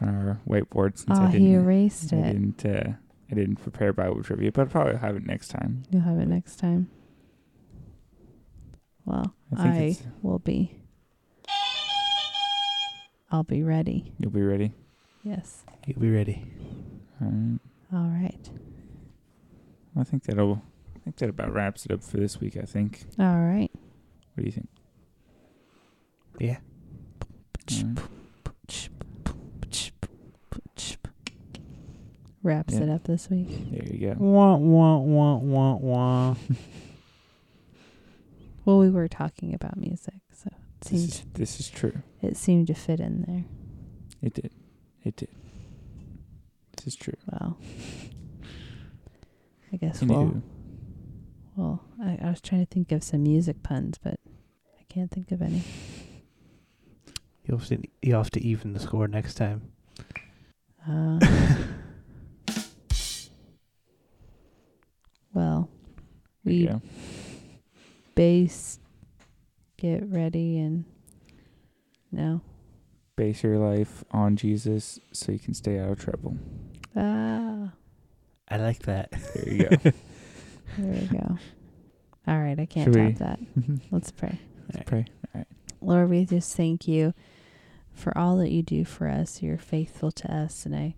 Speaker 1: on our whiteboard since
Speaker 3: Oh,
Speaker 1: I
Speaker 3: he
Speaker 1: didn't.
Speaker 3: erased
Speaker 1: I
Speaker 3: it.
Speaker 1: didn't. Uh, I didn't prepare Bible trivia, but I'll probably have it next time.
Speaker 3: You'll have it next time. Well,
Speaker 1: I think
Speaker 3: I,
Speaker 1: it's,
Speaker 3: will be. I'll be ready.
Speaker 1: you'll be ready.
Speaker 3: Yes.
Speaker 2: You'll be ready.
Speaker 1: All right.
Speaker 3: All right.
Speaker 1: I think that'll. I think that about wraps it up for this week. I think.
Speaker 3: All right.
Speaker 1: What do you think?
Speaker 2: Yeah.
Speaker 1: All right.
Speaker 3: Wraps
Speaker 1: Yeah.
Speaker 3: it up this week.
Speaker 1: There you go.
Speaker 2: Wah wah wah wah wah.
Speaker 3: Well, we were talking about music, so
Speaker 1: This
Speaker 3: it seemed
Speaker 1: is, this is true.
Speaker 3: it seemed to fit in there.
Speaker 1: It did. It did. This is true.
Speaker 3: Well, I guess
Speaker 1: Anywho,
Speaker 3: we'll. Well, I, I was trying to think of some music puns, but I can't think of any.
Speaker 2: You'll have to, you'll have to even the score next time.
Speaker 3: Uh, well,
Speaker 1: there you
Speaker 3: we
Speaker 1: go.
Speaker 3: base, get ready, and no.
Speaker 1: Base your life on Jesus so you can stay out of trouble.
Speaker 3: Ah,
Speaker 2: I like that.
Speaker 1: There you go.
Speaker 3: there we go. All right, I can't
Speaker 1: Should
Speaker 3: top
Speaker 1: we-
Speaker 3: that. Let's pray.
Speaker 1: Pray.
Speaker 3: Lord, we just thank you for all that you do for us. You're faithful to us, and I,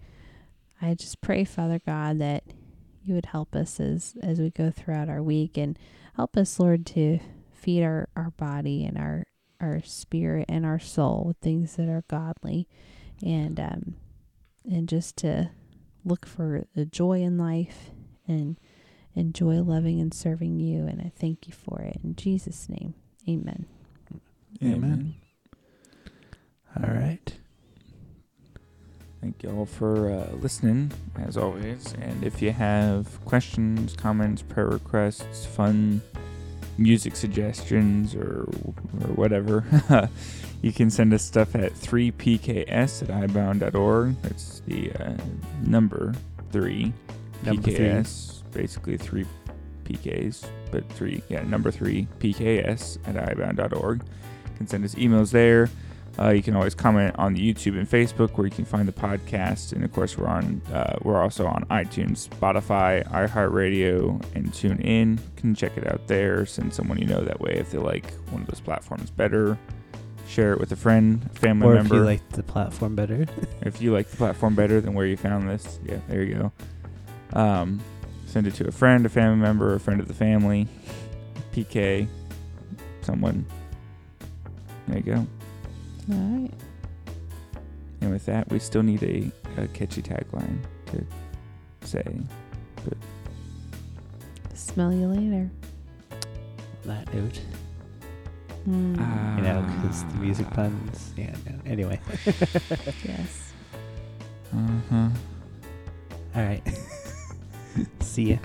Speaker 3: I just pray, Father God, that you would help us as as we go throughout our week, and help us, Lord, to feed our our body and our our spirit and our soul with things that are godly, and um, and just to look for the joy in life and enjoy loving and serving you. And I thank you for it in Jesus' name. Amen.
Speaker 1: Amen.
Speaker 2: All right.
Speaker 1: Thank y'all for uh, listening, as always. And if you have questions, comments, prayer requests, fun music suggestions, or, or whatever, you can send us stuff at 3pks at ibound.org. That's the uh, number 3.
Speaker 2: Number three.
Speaker 1: PKS, basically 3 PKs, but 3, yeah, number 3 PKS at ibound.org. You can send us emails there. Uh, you can always comment on the YouTube and Facebook where you can find the podcast, and of course we're on. Uh, we're also on iTunes, Spotify, iHeartRadio, and TuneIn. You can check it out there. Send someone you know that way if they like one of those platforms better. Share it with a friend, family
Speaker 2: or
Speaker 1: member.
Speaker 2: if you like the platform better.
Speaker 1: If you like the platform better than where you found this, yeah, there you go. Um, send it to a friend, a family member, a friend of the family, PK, someone. There you go.
Speaker 3: All right.
Speaker 1: And with that, we still need a, a catchy tagline to say.
Speaker 3: Smell you later.
Speaker 2: that note.
Speaker 3: Mm,
Speaker 2: You know, 'cause the music puns. Yeah. No. Anyway.
Speaker 3: yes.
Speaker 1: Uh huh.
Speaker 2: All right. See ya.